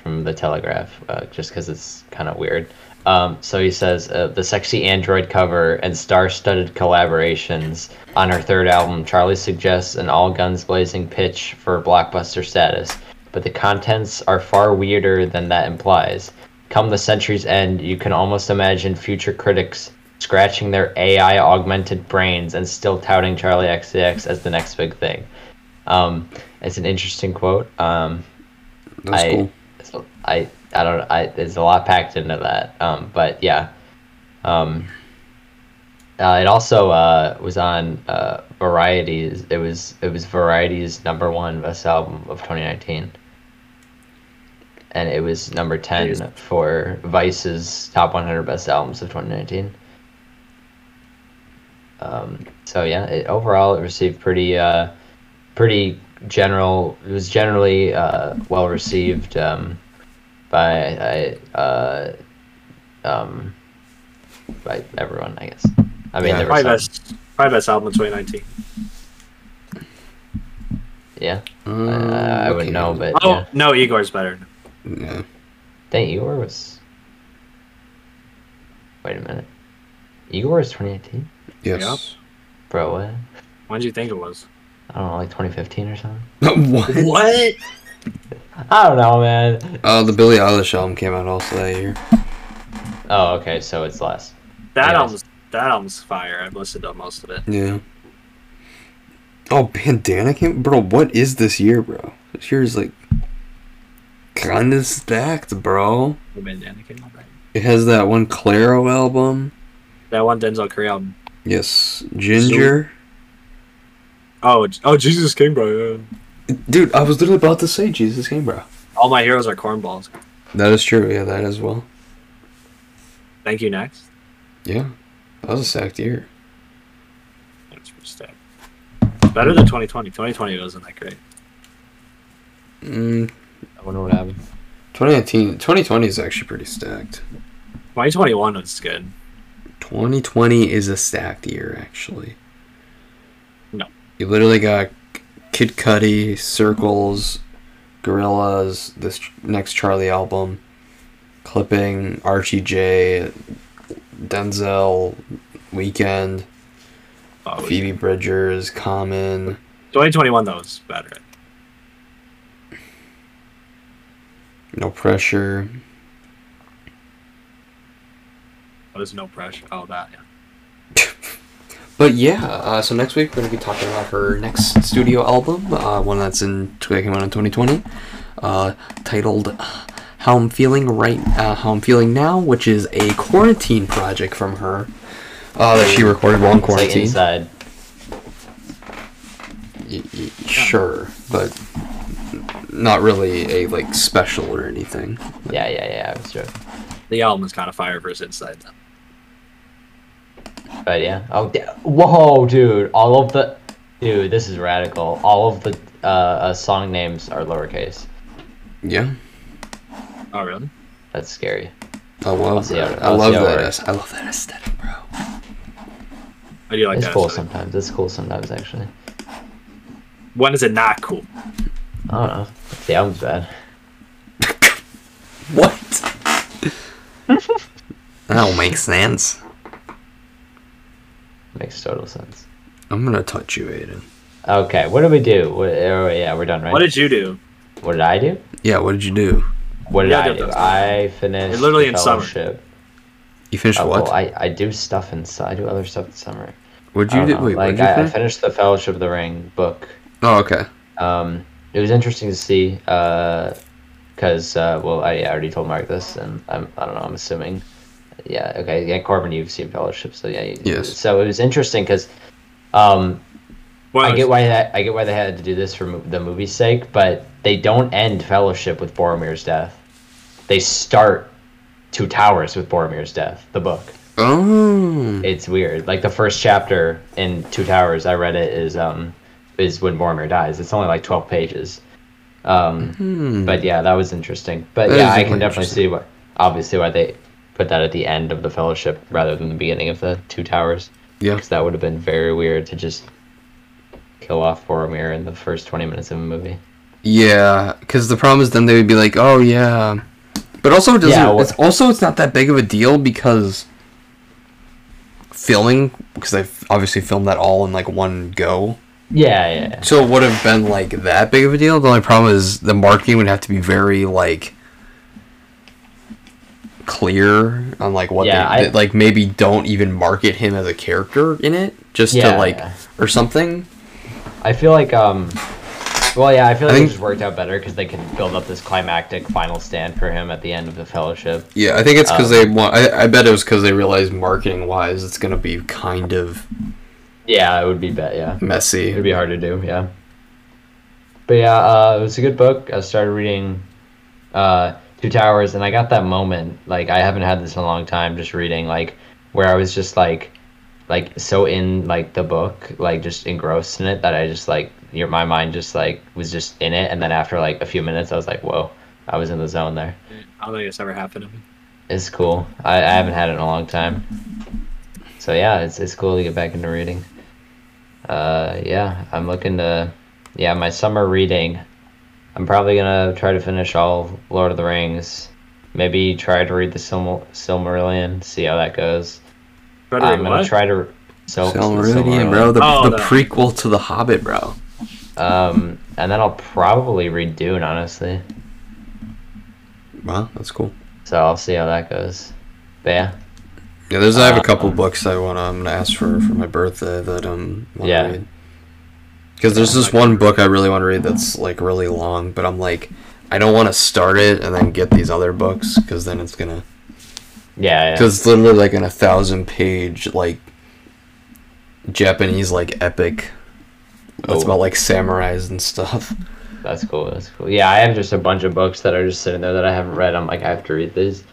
[SPEAKER 3] from the Telegraph, uh, just because it's kind of weird. Um, so he says uh, the sexy android cover and star-studded collaborations on her third album. Charlie suggests an all guns blazing pitch for blockbuster status, but the contents are far weirder than that implies. Come the century's end, you can almost imagine future critics scratching their AI augmented brains and still touting Charlie XCX as the next big thing. Um, it's an interesting quote. Um,
[SPEAKER 2] That's
[SPEAKER 3] I,
[SPEAKER 2] cool.
[SPEAKER 3] so I, I don't. I there's a lot packed into that. Um, but yeah, um, uh, it also uh, was on uh, Variety's. It was it was Variety's number one best album of 2019, and it was number ten
[SPEAKER 1] Jeez.
[SPEAKER 3] for Vice's top 100 best albums of 2019. Um, so yeah, it, overall it received pretty uh, pretty general. It was generally uh, well received um, by I, uh, um, by everyone, I guess. I mean,
[SPEAKER 2] Yeah.
[SPEAKER 3] there were
[SPEAKER 1] Probably
[SPEAKER 3] some,
[SPEAKER 1] best, probably best album in 2019.
[SPEAKER 3] yeah.
[SPEAKER 2] Um,
[SPEAKER 3] I- I, I wouldn't
[SPEAKER 2] okay.
[SPEAKER 3] know, but
[SPEAKER 1] Oh
[SPEAKER 3] yeah.
[SPEAKER 1] no, Igor's better.
[SPEAKER 2] Yeah.
[SPEAKER 3] Dang, Igor was. Wait a minute, Igor is 2018,
[SPEAKER 2] Yes.
[SPEAKER 3] bro. What?
[SPEAKER 1] When did you think it was?
[SPEAKER 3] I don't know, like 2015 or something.
[SPEAKER 2] what?
[SPEAKER 1] What?
[SPEAKER 3] I don't know, man.
[SPEAKER 2] Uh, the Billie Eilish album came out also that year.
[SPEAKER 3] Oh, okay, so it's less.
[SPEAKER 1] That
[SPEAKER 3] Yes.
[SPEAKER 1] album's that album's fire. I've listened to most of it.
[SPEAKER 2] Yeah. Oh, Bandana came, bro. What is this year, bro? This year is like kind of stacked, bro.
[SPEAKER 1] The Bandana came out that year.
[SPEAKER 2] It has that one Claro album.
[SPEAKER 1] That one Denzel Curry album.
[SPEAKER 2] Yes, Ginger.
[SPEAKER 1] Oh, J- oh, Jesus came, bro. yeah.
[SPEAKER 2] Dude, I was literally about to say Jesus came, bro.
[SPEAKER 1] All my heroes are cornballs.
[SPEAKER 2] That is true. Yeah, that as well.
[SPEAKER 1] Thank you, next.
[SPEAKER 2] Yeah, that was a stacked year.
[SPEAKER 1] That's pretty stacked. It's Better than 2020. 2020 wasn't that great.
[SPEAKER 2] Mm,
[SPEAKER 3] I wonder what happened.
[SPEAKER 2] 2019, 2020 is actually pretty stacked.
[SPEAKER 1] 2021 was good.
[SPEAKER 2] 2020 is a stacked year, actually.
[SPEAKER 1] No.
[SPEAKER 2] You literally got Kid Cudi, Circles, Gorillas, this ch- next Charlie album, Clipping, Archie J, Denzel, Weekend,
[SPEAKER 1] Oh, it was-
[SPEAKER 2] Phoebe Bridgers, Common.
[SPEAKER 1] 2021 though was better.
[SPEAKER 2] No pressure.
[SPEAKER 1] It was no pressure. Oh, that. Yeah.
[SPEAKER 2] But yeah, uh, so next week we're going to be talking about her next studio album, uh, one that's in that came out in 2020, uh, titled "How I'm Feeling Right, uh, How I'm Feeling Now," which is a quarantine project from her uh, that she recorded while in
[SPEAKER 3] It's like
[SPEAKER 2] quarantine.
[SPEAKER 3] inside.
[SPEAKER 2] Y- y- sure, but not really a like special or anything.
[SPEAKER 3] Yeah, yeah, yeah. I was joking.
[SPEAKER 1] The album is kind of fire versus inside. Though.
[SPEAKER 3] But yeah. Oh, yeah. whoa, dude! All of the, dude, this is radical. All of the uh, uh, song names are lowercase.
[SPEAKER 2] Yeah,
[SPEAKER 1] Oh, really?
[SPEAKER 3] That's scary.
[SPEAKER 2] I love
[SPEAKER 3] see how-
[SPEAKER 2] that. I
[SPEAKER 3] I'll see
[SPEAKER 2] love
[SPEAKER 3] how it
[SPEAKER 2] that.
[SPEAKER 3] works.
[SPEAKER 2] aes- I love that aesthetic, bro.
[SPEAKER 1] I do like
[SPEAKER 3] it's
[SPEAKER 1] that.
[SPEAKER 3] cool
[SPEAKER 1] aesthetic.
[SPEAKER 3] sometimes. It's cool sometimes, actually.
[SPEAKER 1] When is it not cool?
[SPEAKER 3] I don't know. The album's bad.
[SPEAKER 2] What? that don't make sense.
[SPEAKER 3] Makes total sense.
[SPEAKER 2] I'm gonna touch you, Aiden.
[SPEAKER 3] Okay, what did we do? What, oh, yeah, we're done, right?
[SPEAKER 1] What did you do?
[SPEAKER 3] what did I do?
[SPEAKER 2] Yeah, what did you do?
[SPEAKER 3] What did
[SPEAKER 1] Yeah, I
[SPEAKER 3] I
[SPEAKER 1] did
[SPEAKER 3] do?
[SPEAKER 1] those.
[SPEAKER 3] I finished.
[SPEAKER 1] You're literally in summer.
[SPEAKER 3] fellowship.
[SPEAKER 2] You finished
[SPEAKER 3] Oh,
[SPEAKER 2] what?
[SPEAKER 3] well, I, I do stuff in su- I do other stuff in summer.
[SPEAKER 2] what'd
[SPEAKER 3] I
[SPEAKER 2] you
[SPEAKER 3] don't
[SPEAKER 2] do?
[SPEAKER 3] know.
[SPEAKER 2] Wait,
[SPEAKER 3] like
[SPEAKER 2] what'd you
[SPEAKER 3] I, I
[SPEAKER 2] finish?
[SPEAKER 3] finished the Fellowship of the Ring book.
[SPEAKER 2] oh, okay.
[SPEAKER 3] Um, it was interesting to see because uh, well, I, I already told Mark this, and I'm I don't know. I'm assuming. Yeah. Okay. Yeah, Corbin, you've seen Fellowship, so yeah. You,
[SPEAKER 2] Yes.
[SPEAKER 3] So it was interesting because. Um, I
[SPEAKER 1] Well,
[SPEAKER 3] get why that, I get why they had to do this for mo- the movie's sake, but they don't end Fellowship with Boromir's death. They start Two Towers with Boromir's death, the book.
[SPEAKER 2] Oh.
[SPEAKER 3] It's weird. Like the first chapter in Two Towers, I read it is um is when Boromir dies. It's only like twelve pages. Um,
[SPEAKER 2] Hmm.
[SPEAKER 3] but yeah, that was interesting. But
[SPEAKER 2] That
[SPEAKER 3] yeah,
[SPEAKER 2] is
[SPEAKER 3] I
[SPEAKER 2] definitely
[SPEAKER 3] can definitely
[SPEAKER 2] interesting.
[SPEAKER 3] see why, obviously why they put that at the end of the Fellowship rather than the beginning of the Two Towers,
[SPEAKER 2] Yeah.
[SPEAKER 3] because that would have been very weird to just kill off Boromir in the first twenty minutes of a movie.
[SPEAKER 2] Yeah, because the problem is then they would be like, oh yeah, but also it doesn't.
[SPEAKER 3] Yeah, wha-
[SPEAKER 2] it's also it's not that big of a deal because filming because they obviously filmed that all in like one go,
[SPEAKER 3] Yeah, yeah, yeah.
[SPEAKER 2] so it would have been like that big of a deal. The only problem is the marketing would have to be very like clear on like what
[SPEAKER 3] Yeah,
[SPEAKER 2] they
[SPEAKER 3] I-
[SPEAKER 2] like maybe don't even market him as a character in it just
[SPEAKER 3] Yeah,
[SPEAKER 2] to like
[SPEAKER 3] yeah.
[SPEAKER 2] or something.
[SPEAKER 3] I feel like um. Well, yeah, I feel like
[SPEAKER 2] think-
[SPEAKER 3] it just worked out better because they can build up this climactic final stand for him at the end of the Fellowship.
[SPEAKER 2] Yeah, I think it's because
[SPEAKER 3] Um,
[SPEAKER 2] they want. I, I bet it was because they realized marketing wise, it's gonna be kind of
[SPEAKER 3] Yeah, it would be bet. Yeah, it'd
[SPEAKER 2] messy.
[SPEAKER 3] be hard to do. Yeah, but yeah, uh, it was a good book. I started reading uh, Two Towers, and I got that moment. Like I haven't had this in a long time. Just reading, like where I was just like, like so in like the book, like just engrossed in it that I just like your my mind just like was just in it, and then after like a few minutes, I was like, whoa, I was in the zone there.
[SPEAKER 1] I don't think it's ever happened to me.
[SPEAKER 3] It's cool. I, I haven't had it in a long time. So yeah, it's it's cool to get back into reading. Uh yeah, I'm looking to yeah, my summer reading. I'm probably gonna try to finish all of Lord of the Rings. Maybe try to read the Silma- Silmarillion, see how that goes.
[SPEAKER 1] Better
[SPEAKER 3] I'm
[SPEAKER 1] than
[SPEAKER 3] gonna
[SPEAKER 1] what?
[SPEAKER 3] try to so
[SPEAKER 2] Silmarillion, bro, the,
[SPEAKER 1] Oh,
[SPEAKER 2] the
[SPEAKER 1] no.
[SPEAKER 2] prequel to The Hobbit, bro.
[SPEAKER 3] Um, and then I'll probably read Dune, honestly.
[SPEAKER 2] Wow, that's cool.
[SPEAKER 3] So I'll see how that goes. But yeah,
[SPEAKER 2] Yeah, there's. I have a
[SPEAKER 3] Uh,
[SPEAKER 2] couple books I want. to I'm gonna ask for for my birthday that um. wanna
[SPEAKER 3] Yeah.
[SPEAKER 2] read. Because there's this one book I really want to read that's like really long, but I'm like, I don't want to start it and then get these other books because then it's gonna.
[SPEAKER 3] yeah, yeah.
[SPEAKER 2] Because it's literally like in a thousand page, like Japanese, like epic. It's
[SPEAKER 3] Oh.
[SPEAKER 2] about like samurais and stuff.
[SPEAKER 3] That's cool. That's cool. Yeah, I have just a bunch of books that are just sitting there that I haven't read. I'm like, I have to read these.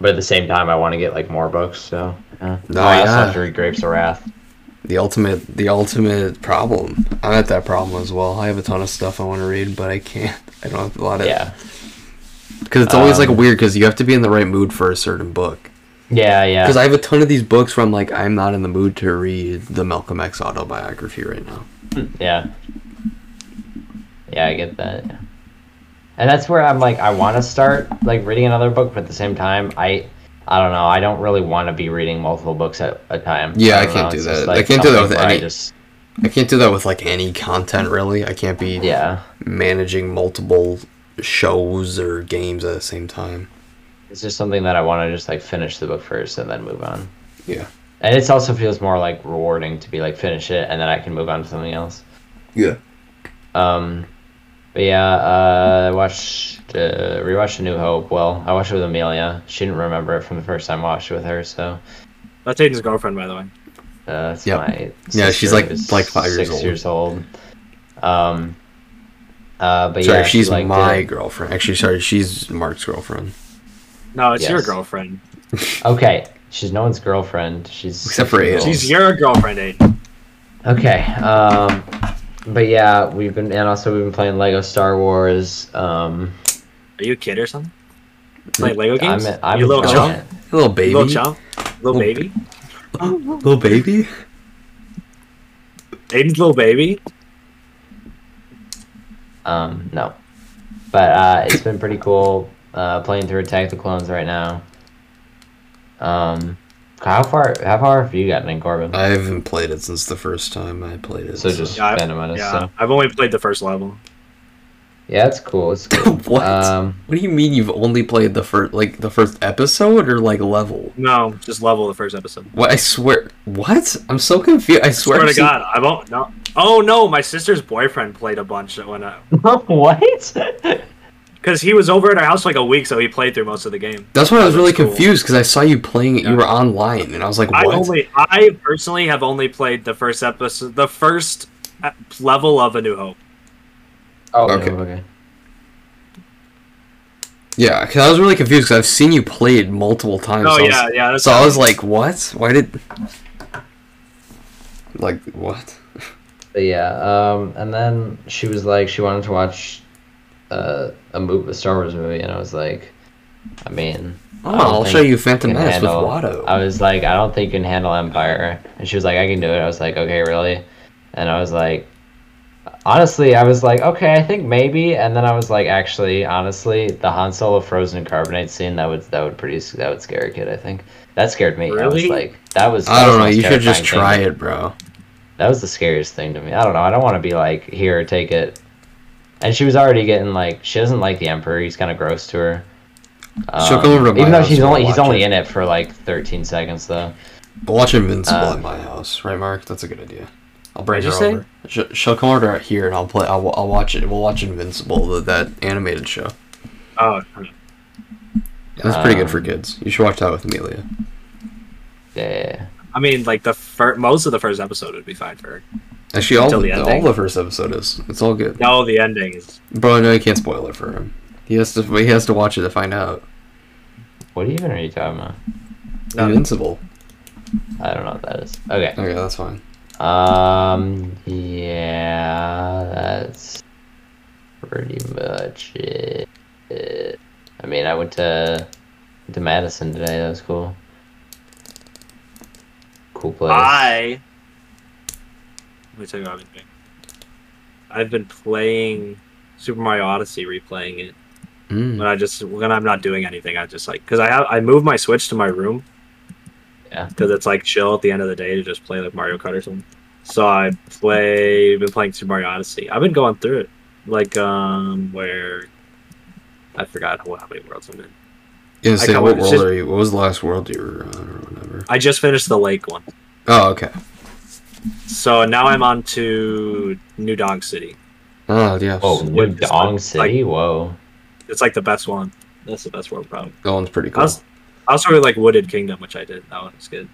[SPEAKER 3] But at the same time, I want to get like more books. So yeah.
[SPEAKER 2] No,
[SPEAKER 3] I also
[SPEAKER 2] yeah.
[SPEAKER 3] have to read Grapes of Wrath.
[SPEAKER 2] The ultimate, the ultimate problem. I'm at that problem as well. I have a ton of stuff I want to read, but I can't. I don't have a lot of.
[SPEAKER 3] Yeah,
[SPEAKER 2] Because it's always
[SPEAKER 3] Um,
[SPEAKER 2] like weird. Because you have to be in the right mood for a certain book.
[SPEAKER 3] yeah, yeah.
[SPEAKER 2] Because I have a ton of these books where I'm like, I'm not in the mood to read the Malcolm X autobiography right now.
[SPEAKER 3] Yeah. Yeah, I get that. And that's where I'm like, I want to start like reading another book, but at the same time, I, I don't know, I don't really want to be reading multiple books at a time.
[SPEAKER 2] Yeah, I
[SPEAKER 3] don't
[SPEAKER 2] can't
[SPEAKER 3] know,
[SPEAKER 2] do
[SPEAKER 3] it's
[SPEAKER 2] that.
[SPEAKER 3] just,
[SPEAKER 2] I can't do that
[SPEAKER 3] something
[SPEAKER 2] with
[SPEAKER 3] where I
[SPEAKER 2] any-
[SPEAKER 3] Just,
[SPEAKER 2] I can't do that with like any content really. I can't be
[SPEAKER 3] yeah,
[SPEAKER 2] managing multiple shows or games at the same time.
[SPEAKER 3] it's just something that I want to just like finish the book first and then move on.
[SPEAKER 2] Yeah.
[SPEAKER 3] And it also feels more like rewarding to be like finish it and then I can move on to something else.
[SPEAKER 2] Yeah.
[SPEAKER 3] Um, but yeah, uh, I watched uh, rewatched A New Hope. Well, I watched it with Amelia. She didn't remember it from the first time I watched it with her, so
[SPEAKER 1] That's Aiden's girlfriend, by the way.
[SPEAKER 3] uh, that's
[SPEAKER 2] Yep.
[SPEAKER 3] my
[SPEAKER 2] Yeah, she's, like-
[SPEAKER 3] sister who's
[SPEAKER 2] like five years
[SPEAKER 3] six
[SPEAKER 2] old.
[SPEAKER 3] years old. Um, uh, but
[SPEAKER 2] Sorry,
[SPEAKER 3] yeah,
[SPEAKER 2] she's
[SPEAKER 3] she liked
[SPEAKER 2] my
[SPEAKER 3] it.
[SPEAKER 2] girlfriend. Actually, sorry, she's Mark's girlfriend.
[SPEAKER 1] No, it's your
[SPEAKER 3] Yes.
[SPEAKER 1] girlfriend.
[SPEAKER 3] Okay, she's no one's girlfriend. She's
[SPEAKER 2] Except for
[SPEAKER 3] six years
[SPEAKER 2] Aiden.
[SPEAKER 3] old.
[SPEAKER 1] She's your girlfriend, Aiden.
[SPEAKER 3] Okay. Um, but yeah, we've been and also we've been playing Lego Star Wars. Um,
[SPEAKER 1] Are you a kid or something? Playing Lego games?
[SPEAKER 3] I'm I'm
[SPEAKER 1] you little
[SPEAKER 3] enjoying
[SPEAKER 1] chump?
[SPEAKER 3] it.
[SPEAKER 2] Little baby.
[SPEAKER 1] Little chump? Little
[SPEAKER 2] Little-
[SPEAKER 1] baby?
[SPEAKER 2] Little baby?
[SPEAKER 1] Aiden's little baby?
[SPEAKER 3] Um, no, but uh, it's been pretty cool uh, playing through Attack the Clones right now. Um, how far how far have you gotten in Corbin?
[SPEAKER 2] I haven't played it since the first time I played it.
[SPEAKER 3] so just
[SPEAKER 1] Yeah, I-
[SPEAKER 3] Phantom Menace.
[SPEAKER 1] Yeah.
[SPEAKER 3] So.
[SPEAKER 1] I've only played the first level.
[SPEAKER 3] Yeah, it's cool. It's cool.
[SPEAKER 2] what?
[SPEAKER 3] Um,
[SPEAKER 2] what do you mean you've only played the first like the first episode or like level?
[SPEAKER 1] No, just level the first episode.
[SPEAKER 2] What I swear what? I'm so confused. I
[SPEAKER 1] Swear
[SPEAKER 2] swear,
[SPEAKER 1] to
[SPEAKER 2] I've seen-
[SPEAKER 1] God, I won't. No. Oh no, my sister's boyfriend played a bunch when I,
[SPEAKER 3] what?
[SPEAKER 1] because he was over at our house for like a week, so he played through most of the game.
[SPEAKER 2] That's why I was really
[SPEAKER 1] Cool.
[SPEAKER 2] confused because I saw you playing it.
[SPEAKER 1] Yeah.
[SPEAKER 2] You were online, and I was like,
[SPEAKER 1] I
[SPEAKER 2] "What?"
[SPEAKER 1] only, I personally have only played the first episode, the first uh, level of A New Hope.
[SPEAKER 3] oh,
[SPEAKER 2] Okay.
[SPEAKER 3] okay.
[SPEAKER 2] Yeah, because I was really confused because I've seen you played multiple times.
[SPEAKER 1] Oh,
[SPEAKER 2] so I was-
[SPEAKER 1] yeah, yeah, that's
[SPEAKER 2] So I
[SPEAKER 1] how-
[SPEAKER 2] was like, what? Why did? Like what?
[SPEAKER 3] But yeah, um, and then she was like, she wanted to watch uh, a movie, a Star Wars movie, and I was like, I mean,
[SPEAKER 2] Oh,
[SPEAKER 3] I don't
[SPEAKER 2] I'll
[SPEAKER 3] think
[SPEAKER 2] show you
[SPEAKER 3] can
[SPEAKER 2] Phantom Menace with
[SPEAKER 3] handle-
[SPEAKER 2] Watto.
[SPEAKER 3] I was like, I don't think you can handle Empire, and she was like, I can do it. I was like, okay, really? And I was like, honestly, I was like, okay, I think maybe, and then I was like, actually, honestly, the Han Solo frozen carbonate scene that would that would pretty that would scare a kid. I think that scared me. I was
[SPEAKER 1] Really?
[SPEAKER 3] like, that was.
[SPEAKER 2] I
[SPEAKER 3] that was
[SPEAKER 2] don't
[SPEAKER 3] the
[SPEAKER 2] know.
[SPEAKER 3] most
[SPEAKER 2] You should just
[SPEAKER 3] terrifying thing.
[SPEAKER 2] try it, bro.
[SPEAKER 3] That was the scariest thing to me. I don't know. I don't want to be like, here, take it. And she was already getting like, she doesn't like the emperor. He's kind of gross to her. Um,
[SPEAKER 2] She'll come over to my
[SPEAKER 3] even though
[SPEAKER 2] house
[SPEAKER 3] she's
[SPEAKER 2] and we'll
[SPEAKER 3] only he's
[SPEAKER 2] watch
[SPEAKER 3] only
[SPEAKER 2] it.
[SPEAKER 3] in it for like 13 seconds though.
[SPEAKER 2] But watch Invincible
[SPEAKER 3] Uh,
[SPEAKER 2] at my house, right, Mark? That's a good idea. I'll bring her
[SPEAKER 1] What'd you
[SPEAKER 2] over. She'll, she'll come over here, and I'll play. I'll, wa- I'll watch it. We'll watch Invincible, the, that animated show.
[SPEAKER 1] Oh,
[SPEAKER 2] That's pretty good for
[SPEAKER 3] Um,
[SPEAKER 2] kids. You should watch that with Amelia.
[SPEAKER 3] Yeah.
[SPEAKER 1] I mean, like the fir- most of the first episode would be fine for her.
[SPEAKER 2] Actually, all
[SPEAKER 1] until
[SPEAKER 2] the,
[SPEAKER 1] the
[SPEAKER 2] all
[SPEAKER 1] ending.
[SPEAKER 2] the first episode is. It's all good.
[SPEAKER 1] No, the ending is
[SPEAKER 2] Bro, no, you can't spoil it for him. He has to. He has to watch it to find out.
[SPEAKER 3] What even are you talking about?
[SPEAKER 1] No.
[SPEAKER 2] Invincible.
[SPEAKER 3] I don't know what that is. Okay.
[SPEAKER 2] Okay, that's fine.
[SPEAKER 3] Um. Yeah. That's pretty much it. I mean, I went to to Madison today. That was cool. Cool place.
[SPEAKER 1] I. Let me tell you what I've been doing. I've been playing Super Mario Odyssey, replaying it.
[SPEAKER 2] Mm.
[SPEAKER 1] When I just when I'm not doing anything, I just like because I have I move my Switch to my room.
[SPEAKER 3] Yeah.
[SPEAKER 1] Because it's like chill at the end of the day to just play like Mario Kart or something. So I play been playing Super Mario Odyssey. I've been going through it like um where I forgot how, how many worlds I'm in.
[SPEAKER 2] Yeah, say,
[SPEAKER 1] come-
[SPEAKER 2] what
[SPEAKER 1] it's
[SPEAKER 2] world
[SPEAKER 1] just-
[SPEAKER 2] are you? What was the last world you were on or whatever?
[SPEAKER 1] I just finished the lake one,
[SPEAKER 2] Oh, okay.
[SPEAKER 1] so now I'm on to New Dong City.
[SPEAKER 2] Oh, yes.
[SPEAKER 3] Oh,
[SPEAKER 2] Oh,
[SPEAKER 1] It's
[SPEAKER 3] Wood
[SPEAKER 1] like-
[SPEAKER 3] Dong City. Whoa.
[SPEAKER 1] It's like the best one. That's the best world probably.
[SPEAKER 2] that one's pretty
[SPEAKER 1] I
[SPEAKER 2] cool.
[SPEAKER 1] also, I also really like Wooded Kingdom, which I did. That one was good.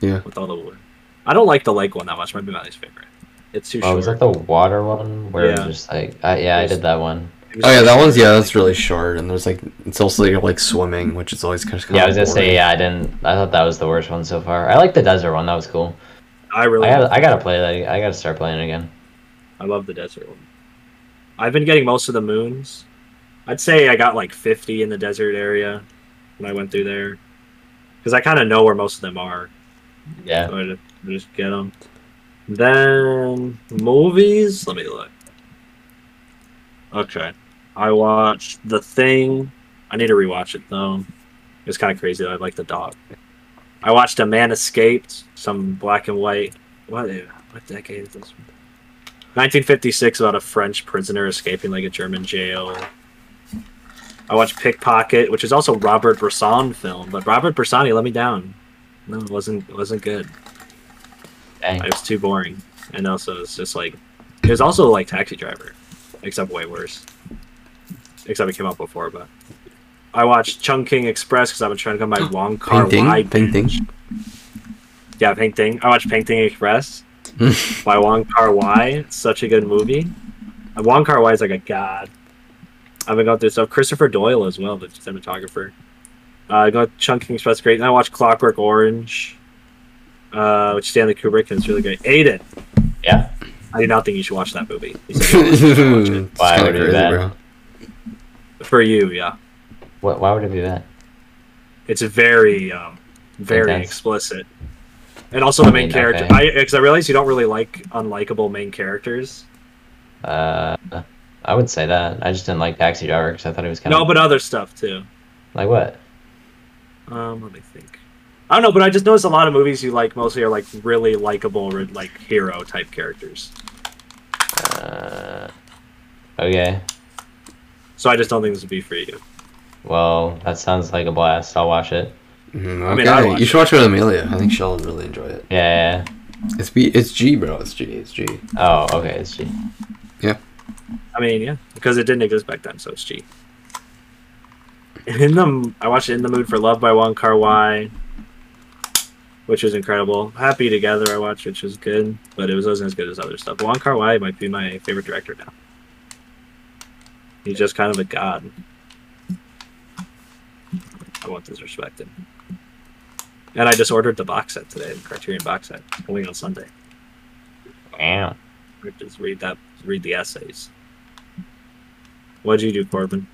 [SPEAKER 2] Yeah.
[SPEAKER 1] With all the wood. I don't like the lake one that much. Might be my least favorite. It's too
[SPEAKER 3] Oh,
[SPEAKER 1] short.
[SPEAKER 3] was that the water one where it
[SPEAKER 1] Yeah.
[SPEAKER 3] was just like, I, yeah, I
[SPEAKER 1] There's-
[SPEAKER 3] did that one.
[SPEAKER 1] It was
[SPEAKER 2] Oh yeah,
[SPEAKER 1] too
[SPEAKER 2] that
[SPEAKER 1] short.
[SPEAKER 2] one's yeah, that's really short, and there's like it's also you're like swimming, which is always kind of
[SPEAKER 3] Yeah, I was gonna say, yeah, I didn't. I thought that was the worst one so far. I like the desert one. That was cool.
[SPEAKER 1] I really.
[SPEAKER 3] I
[SPEAKER 1] I,
[SPEAKER 3] gotta, I gotta play that. I gotta start playing it again.
[SPEAKER 1] love the desert one. I've been getting most of the moons. I'd say I got like 50 in the desert area when I went through there, because I kind of know where most of them are.
[SPEAKER 3] Yeah.
[SPEAKER 1] So I just, I just get them. Then movies. Let me look. Okay, I watched The Thing. I need to rewatch it though. It's kind of crazy. Though. I like the dog. I watched A Man Escaped. Some black and white. What? What decade is this? 1956 about a French prisoner escaping like a German jail. I watched Pickpocket, which is also Robert Bresson film, but Robert Bresson he let me down. No, it wasn't it wasn't good.
[SPEAKER 3] Dang.
[SPEAKER 1] It was too boring, and also it's just like it was also like Taxi Driver, except way worse. Except it came out before, but I watched Chungking Express because I've been trying to get my Wong Kar Wai.
[SPEAKER 2] painting, painting.
[SPEAKER 1] Yeah, Pink Thing. I watched Pink Thing Express by Wong Kar Wai. It's such a good movie. And Wong Kar Wai is like a god. I've been going through stuff. Christopher Doyle as well, the cinematographer. Uh, I got Chungking Express, great. And I watched Clockwork Orange, uh, which Stanley Kubrick is really great. Aiden,
[SPEAKER 3] Yeah.
[SPEAKER 1] I do not think you should watch that movie. You
[SPEAKER 2] it's
[SPEAKER 1] said you wanted to watch
[SPEAKER 2] kind of
[SPEAKER 3] Why would it be
[SPEAKER 2] crazy,
[SPEAKER 3] bad?
[SPEAKER 2] bro.
[SPEAKER 1] it. For you, yeah.
[SPEAKER 3] What? Why would it be that?
[SPEAKER 1] It's very, um, very
[SPEAKER 3] Intense.
[SPEAKER 1] explicit. And also the main
[SPEAKER 3] mean,
[SPEAKER 1] character.
[SPEAKER 3] okay.
[SPEAKER 1] I Because I realize you don't really like unlikable main characters.
[SPEAKER 3] Uh, I would say that. I just didn't like Taxi Driver because I thought it was kind of
[SPEAKER 1] No, but other stuff too.
[SPEAKER 3] like what?
[SPEAKER 1] Um, let me think. I don't know, but I just noticed a lot of movies you like mostly are like really likable, re- like hero type characters.
[SPEAKER 3] Uh, okay.
[SPEAKER 1] So I just don't think this would be for you.
[SPEAKER 3] Well, that sounds like a blast. I'll watch it.
[SPEAKER 2] Mhm,
[SPEAKER 1] mean, I'd
[SPEAKER 2] okay,
[SPEAKER 1] watch
[SPEAKER 2] you should watch it with Amelia. I think she'll really enjoy it.
[SPEAKER 3] Yeah. yeah,
[SPEAKER 2] It's B, it's G, bro. It's G, it's G.
[SPEAKER 3] yeah. Oh, okay. It's G.
[SPEAKER 1] I mean, yeah, because it didn't exist back then, so it's cheap. In the I watched In the Mood for Love by Wong Kar Wai, which was incredible. Happy Together I watched, which was good, but it was, wasn't as good as other stuff. Wong Kar Wai might be my favorite director now. He's just kind of a god. Labyrinth is respected. And I just ordered the box set today, the Criterion box set, coming on Sunday.
[SPEAKER 3] Wow.
[SPEAKER 1] Just read that, read the essays. What'd you do, Corbin?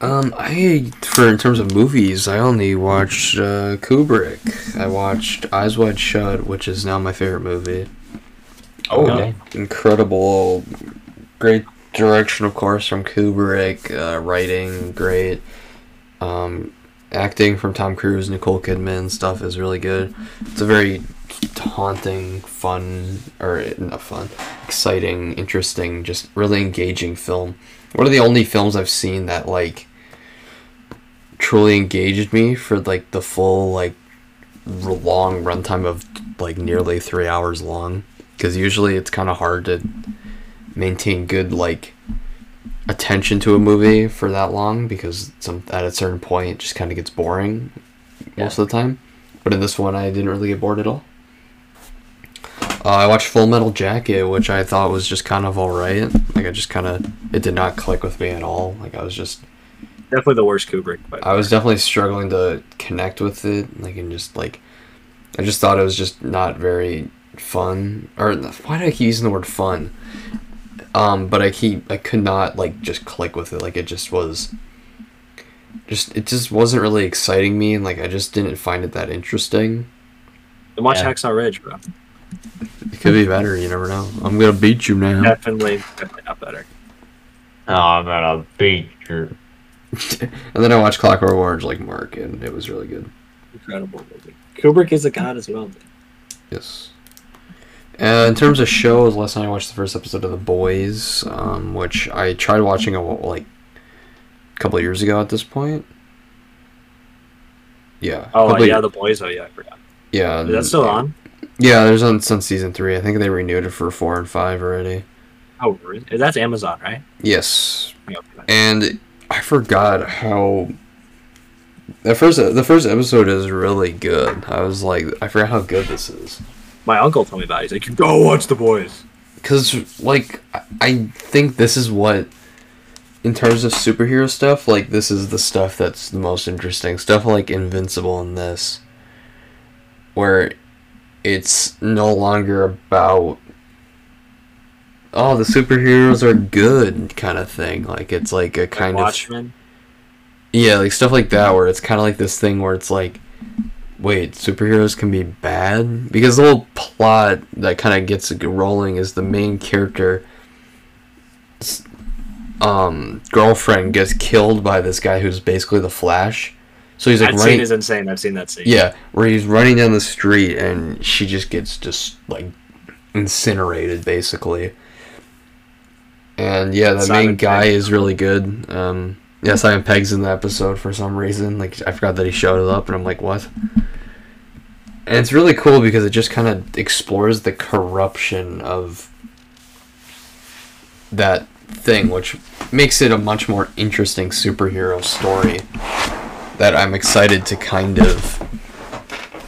[SPEAKER 2] Um, I for in terms of movies, I only watched uh, Kubrick. I watched Eyes Wide Shut, which is now my favorite movie.
[SPEAKER 3] Oh,
[SPEAKER 2] Uh,
[SPEAKER 3] okay.
[SPEAKER 2] incredible, great direction, of course, from Kubrick. Uh, writing great, um, acting from Tom Cruise, Nicole Kidman stuff is really good. It's a very haunting, fun, or not fun, exciting, interesting, just really engaging film. One of the only films I've seen that like truly engaged me for like the full like r- long runtime of like nearly three hours long because usually it's kind of hard to maintain good like attention to a movie for that long because some at a certain point it just kind of gets boring most of the time but in this one i didn't really get bored at all uh, i watched full metal jacket which i thought was just kind of all right like i just kind of it did not click with me at all like i was just
[SPEAKER 1] Definitely the worst Kubrick, but
[SPEAKER 2] I was definitely struggling to connect with it, like and just like I just thought it was just not very fun. Or why do I keep using the word fun? Um, but I keep I could not like just click with it. Like it just was just it just wasn't really exciting me and like I just didn't find it that interesting.
[SPEAKER 1] and watch
[SPEAKER 3] Yeah.
[SPEAKER 1] Hacksaw Ridge, bro.
[SPEAKER 2] Uh-huh. It could be better, you never know. I'm gonna beat you now.
[SPEAKER 1] Definitely, definitely not better.
[SPEAKER 3] Oh, I'm gonna beat you.
[SPEAKER 2] And then I watched Clockwork Orange like Mark and it was really good.
[SPEAKER 1] Incredible movie. Kubrick is a god as well.
[SPEAKER 2] Yes. Uh, in terms of shows, last night I watched the first episode of The Boys, um, which I tried watching a wh- like a couple of years ago at this point. Yeah.
[SPEAKER 1] Oh
[SPEAKER 2] couple of-
[SPEAKER 1] yeah, the boys. Oh yeah, I forgot.
[SPEAKER 2] yeah.
[SPEAKER 1] Is that still
[SPEAKER 2] Um,
[SPEAKER 1] on?
[SPEAKER 2] Yeah, there's on since season three. I think they renewed it for four and five already.
[SPEAKER 1] Oh, really? that's Amazon, right?
[SPEAKER 2] Yes,
[SPEAKER 1] Yeah.
[SPEAKER 2] and I forgot how. The first the first episode is really good. I was like, I forgot how good this is.
[SPEAKER 1] My uncle told me about. it. He's like, "Go watch the boys."
[SPEAKER 2] because like I- i think this is what in terms of superhero stuff like this is the stuff that's the most interesting stuff like invincible in this where it's no longer about oh the superheroes are good kind of thing like it's like a
[SPEAKER 1] Like
[SPEAKER 2] kind of
[SPEAKER 1] Watchmen.
[SPEAKER 2] yeah, like stuff like that, where it's kind of like this thing where it's like, wait, superheroes can be bad? Because the whole plot that kind of gets it rolling is the main character, s- um, girlfriend gets killed by this guy who's basically the Flash. So he's like
[SPEAKER 1] that
[SPEAKER 2] running.
[SPEAKER 1] scene is insane. I've seen that scene.
[SPEAKER 2] Yeah, where he's running down the street and she just gets just like incinerated basically. And yeah, the
[SPEAKER 1] Simon
[SPEAKER 2] main guy
[SPEAKER 1] Pegg.
[SPEAKER 2] is really good. Um, yeah, Simon Pegg's in the episode for some reason. Like I forgot that he showed up, and I'm like, what? And it's really cool because it just kind of explores the corruption of that thing, which makes it a much more interesting superhero story that I'm excited to kind of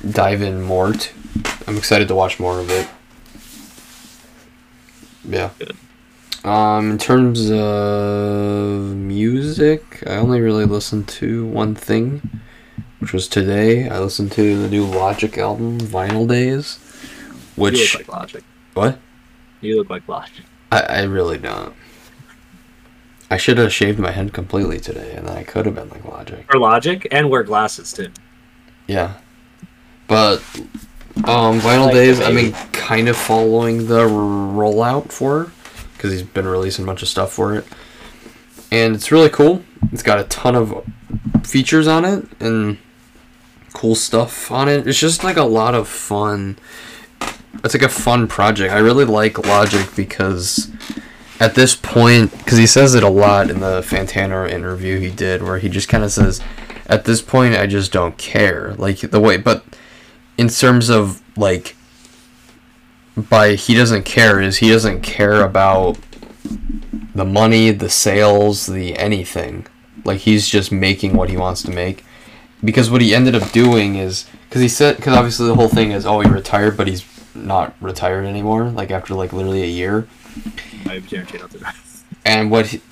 [SPEAKER 2] dive in more to. I'm excited to watch more of it. Yeah.
[SPEAKER 1] Good.
[SPEAKER 2] Um, in terms of music, I only really listened to one thing, which was today. I listened to the new Logic album, Vinyl Days,
[SPEAKER 1] You look
[SPEAKER 2] which
[SPEAKER 1] like Logic.
[SPEAKER 2] what
[SPEAKER 1] You look like Logic.
[SPEAKER 2] I, I really don't. I should have shaved my head completely today, and then I could have been like Logic.
[SPEAKER 1] Or Logic, and wear glasses too.
[SPEAKER 2] Yeah. But um Vinyl
[SPEAKER 3] Like the
[SPEAKER 2] Days, I
[SPEAKER 3] baby.
[SPEAKER 2] mean kind of following the rollout for cuz he's been releasing a bunch of stuff for it. And it's really cool. It's got a ton of features on it and cool stuff on it. It's just like a lot of fun. It's like a fun project. I really like Logic because at this point, because he says it a lot in the Fantano interview he did, where he just kind of says, "At this point, I just don't care." Like the way, but in terms of like, by he doesn't care is he doesn't care about the money, the sales, the anything. Like he's just making what he wants to make, because what he ended up doing is because he said because obviously the whole thing is oh he retired, but he's not retired anymore. Like after like literally a year
[SPEAKER 1] I guarantee not to.
[SPEAKER 2] and what he,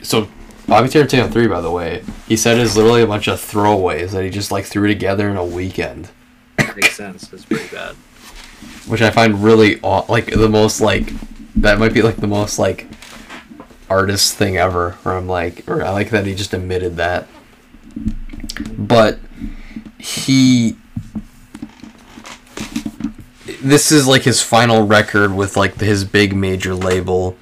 [SPEAKER 2] so Bobby Tarantino three, by the way, he said is literally a bunch of throwaways that he just like threw together in a weekend,
[SPEAKER 1] Makes sense. It's pretty bad.
[SPEAKER 2] which I find really aw- like the most like that might be like the most like artist thing ever. Where I'm like, or I like that he just admitted that, but he. This is like his final record with like his big major label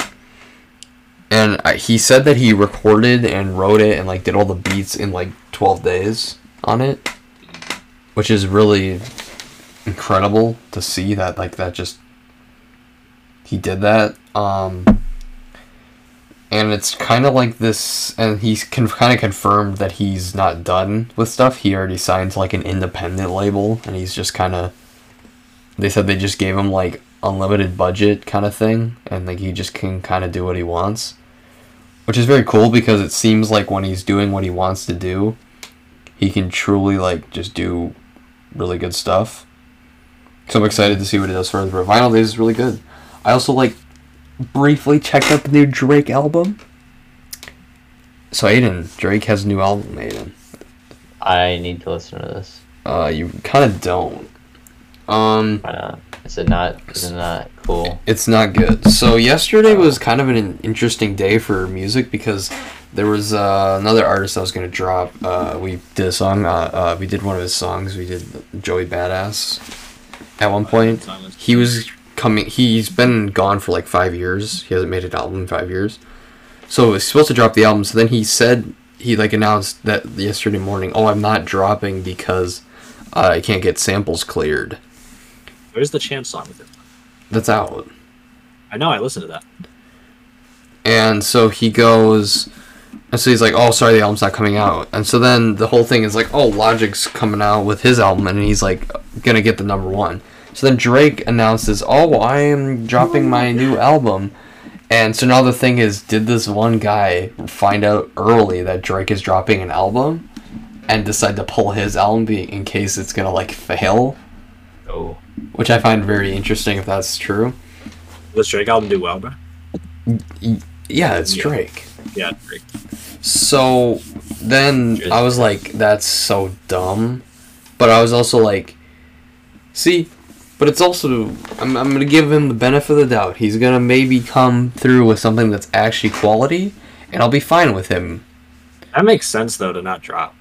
[SPEAKER 2] and I, he said that he recorded and wrote it and like did all the beats in like 12 days on it which is really incredible to see that like that just he did that um and it's kind of like this and he's con- kind of confirmed that he's not done with stuff he already signed to like an independent label and he's just kind of they said they just gave him like unlimited budget kind of thing and like he just can kind of do what he wants which is very cool because it seems like when he's doing what he wants to do he can truly like just do really good stuff so i'm excited to see what he does further but vinyl days is really good i also like briefly checked out the new drake album so aiden drake has a new album aiden
[SPEAKER 3] I need to listen to this.
[SPEAKER 2] uh you kind of don't um
[SPEAKER 3] Why not? uh, Is it not? Is it not cool?
[SPEAKER 2] It's not good. So yesterday was kind of an interesting day for music because there was uh, another artist I was gonna drop. Uh, we did a song. Uh, uh, we did one of his songs. We did Joey Badass. At one point, he was coming. He's been gone for like five years. He hasn't made an album in five years. So he was supposed to drop the album. So then he said he like announced that yesterday morning. Oh, I'm not dropping because uh, I can't get samples cleared.
[SPEAKER 1] Where's the chance song with it?
[SPEAKER 2] That's out.
[SPEAKER 1] I know I listened to that.
[SPEAKER 2] And so he goes, and so he's like, "Oh, sorry, the album's not coming out." And so then the whole thing is like, "Oh, Logic's coming out with his album," and he's like, "Gonna get the number one." So then Drake announces, "Oh, I am dropping my new album," and so now the thing is, did this one guy find out early that Drake is dropping an album, and decide to pull his album be- in case it's gonna like fail?
[SPEAKER 3] Oh,
[SPEAKER 2] Which I find very interesting if that's true.
[SPEAKER 1] Let's Drake album do well, bro.
[SPEAKER 2] Yeah, it's
[SPEAKER 1] Yeah.
[SPEAKER 2] Drake.
[SPEAKER 1] Yeah, Drake.
[SPEAKER 2] So then I was like, that's so dumb. But I was also like, see, but it's also, I'm, I'm going to give him the benefit of the doubt. He's going to maybe come through with something that's actually quality, and I'll be fine with him.
[SPEAKER 1] That makes sense though to not drop.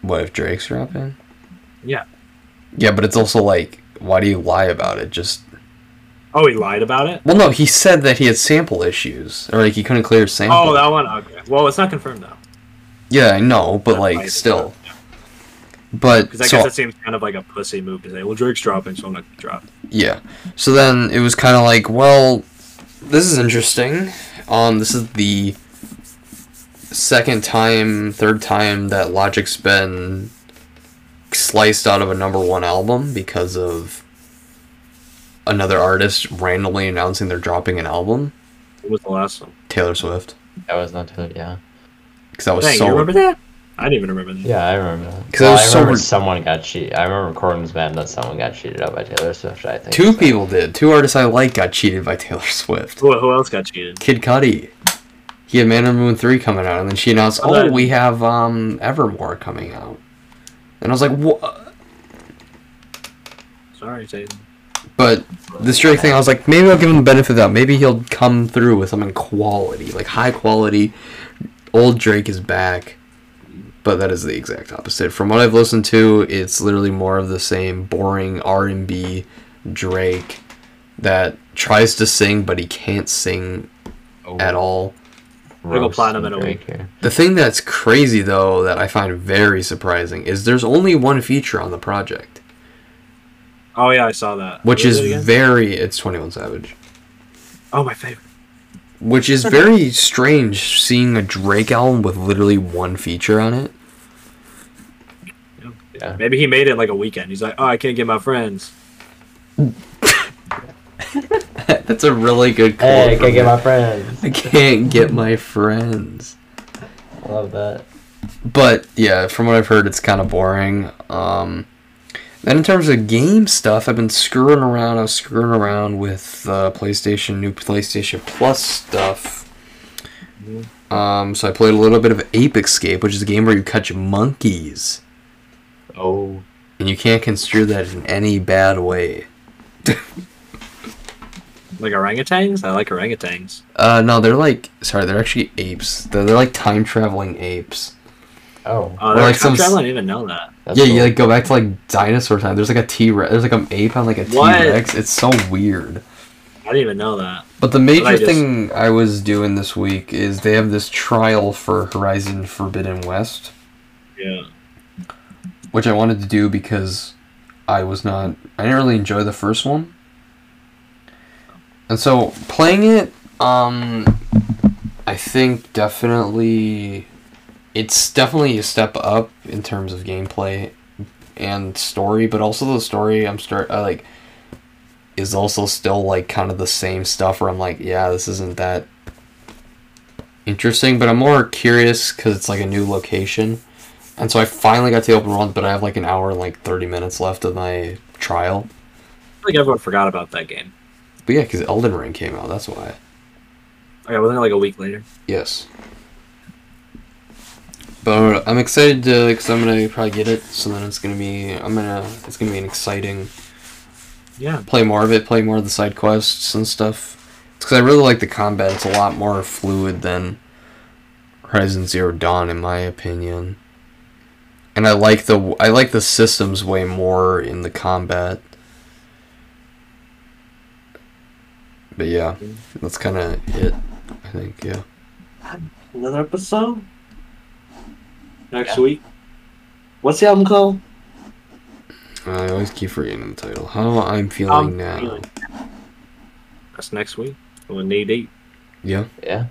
[SPEAKER 2] What if Drake's dropping?
[SPEAKER 1] Yeah.
[SPEAKER 2] Yeah, but it's also like, why do you lie about it? Just,
[SPEAKER 1] Oh, he lied about it.
[SPEAKER 2] well, no, he said that he had sample issues, or like he couldn't clear his sample.
[SPEAKER 1] Oh, that one. Okay. Well, it's not confirmed though.
[SPEAKER 2] yeah, I know, but
[SPEAKER 1] I-
[SPEAKER 2] like, still. But
[SPEAKER 1] Because I
[SPEAKER 2] so-
[SPEAKER 1] guess that seems kind of like a pussy move to say, "Well, Drake's dropping, so I'm not gonna drop."
[SPEAKER 2] Yeah. So then it was kind of like, well, this is interesting. Um, this is the second time, third time that Logic's been sliced out of a number one album because of another artist randomly announcing they're dropping an album.
[SPEAKER 1] What was the last one?
[SPEAKER 2] Taylor Swift,
[SPEAKER 3] that was not too. Yeah.
[SPEAKER 2] because that was
[SPEAKER 1] Dang,
[SPEAKER 2] Oh, so.
[SPEAKER 1] you remember that? I didn't even remember that.
[SPEAKER 3] Yeah, I remember. that.
[SPEAKER 2] 'Cause it was
[SPEAKER 3] I
[SPEAKER 2] so
[SPEAKER 3] remember
[SPEAKER 2] re-
[SPEAKER 3] someone got cheated. I remember Corbin's band that someone got cheated out by Taylor Swift. I think
[SPEAKER 2] Two people did. Two artists I like got cheated by Taylor Swift.
[SPEAKER 1] Who, who else got cheated?
[SPEAKER 2] Kid Cudi. He had Man on the Moon 3 coming out, and then she announced,
[SPEAKER 1] Oh,
[SPEAKER 2] oh,
[SPEAKER 1] that-
[SPEAKER 2] we have um, Evermore coming out. And I was like, what?
[SPEAKER 1] Sorry, Jaden.
[SPEAKER 2] But this Drake thing, I was like, maybe I'll give him the benefit of that. Maybe he'll come through with something quality, like high quality. Old Drake is back. But that is the exact opposite. From what I've listened to, it's literally more of the same boring R&B Drake that tries to sing, but he can't sing at all.
[SPEAKER 1] We'll go platinum in a
[SPEAKER 3] Roasting
[SPEAKER 1] week.
[SPEAKER 3] Drake here.
[SPEAKER 2] The thing that's crazy though that I find very surprising is there's only one feature on the project,
[SPEAKER 1] Oh yeah, I saw that.
[SPEAKER 2] which
[SPEAKER 1] Who was
[SPEAKER 2] is
[SPEAKER 1] it again?
[SPEAKER 2] very it's 21 Savage,
[SPEAKER 1] oh my favorite.
[SPEAKER 2] which is very strange seeing a Drake album with literally one feature on it.
[SPEAKER 3] Yeah.
[SPEAKER 1] Maybe he made it like a weekend. He's like, "Oh, I can't get my friends."
[SPEAKER 2] that's a really good quote.
[SPEAKER 3] Hey, I
[SPEAKER 2] from
[SPEAKER 3] can get
[SPEAKER 2] him.
[SPEAKER 3] my friends.
[SPEAKER 2] I can't get my friends.
[SPEAKER 3] I love that.
[SPEAKER 2] but yeah, from what I've heard, it's kind of boring. Um, then in terms of game stuff, I've been screwing around. I was screwing around with uh, PlayStation, new PlayStation Plus stuff, Um, so I played a little bit of Ape Escape, which is a game where you catch monkeys,
[SPEAKER 1] Oh,
[SPEAKER 2] and you can't construe that in any bad way.
[SPEAKER 1] like orangutans? I like orangutans.
[SPEAKER 2] Uh, no, they're like sorry, they're actually apes. They're, they're like time traveling apes.
[SPEAKER 3] Oh,
[SPEAKER 1] Oh,
[SPEAKER 2] Or
[SPEAKER 1] they're
[SPEAKER 2] like
[SPEAKER 1] like
[SPEAKER 2] some
[SPEAKER 1] I
[SPEAKER 2] s-
[SPEAKER 1] don't even know that.
[SPEAKER 3] that's
[SPEAKER 2] yeah,
[SPEAKER 3] cool.
[SPEAKER 2] you like go back to like dinosaur time. There's like a T Rex. There's like an ape on like a T
[SPEAKER 1] What?
[SPEAKER 2] Rex. It's so weird.
[SPEAKER 1] I didn't even know that.
[SPEAKER 2] But the major
[SPEAKER 1] I just-
[SPEAKER 2] thing I was doing this week is they have this trial for Horizon Forbidden West,
[SPEAKER 1] Yeah.
[SPEAKER 2] which I wanted to do because I was not. I didn't really enjoy the first one. And so playing it, um, I think definitely. It's definitely a step up in terms of gameplay and story, but also the story I'm start I like is also still like kind of the same stuff where I'm like, yeah, this isn't that interesting, but I'm more curious because it's like a new location. And so I finally got to the open world, but I have like an hour and like 30 minutes left of my trial.
[SPEAKER 1] I think everyone forgot about that game.
[SPEAKER 2] But yeah, because Elden Ring came out, that's why.
[SPEAKER 1] Okay, wasn't it like a week later?
[SPEAKER 2] Yes. But I'm excited to, because I'm gonna probably get it. So then it's gonna be, I'm gonna, it's gonna be an exciting
[SPEAKER 1] Yeah.
[SPEAKER 2] play more of it, play more of the side quests and stuff. It's because I really like the combat. It's a lot more fluid than Horizon Zero Dawn, in my opinion. And I like the I like the systems way more in the combat. But yeah, that's kind of it. I think yeah.
[SPEAKER 1] Another episode next week. What's the album called?
[SPEAKER 2] I always keep forgetting the title. How I'm feeling uh,
[SPEAKER 1] Um,
[SPEAKER 2] now.
[SPEAKER 1] Feeling. That's next week. We're knee deep.
[SPEAKER 2] Yeah.
[SPEAKER 3] yeah.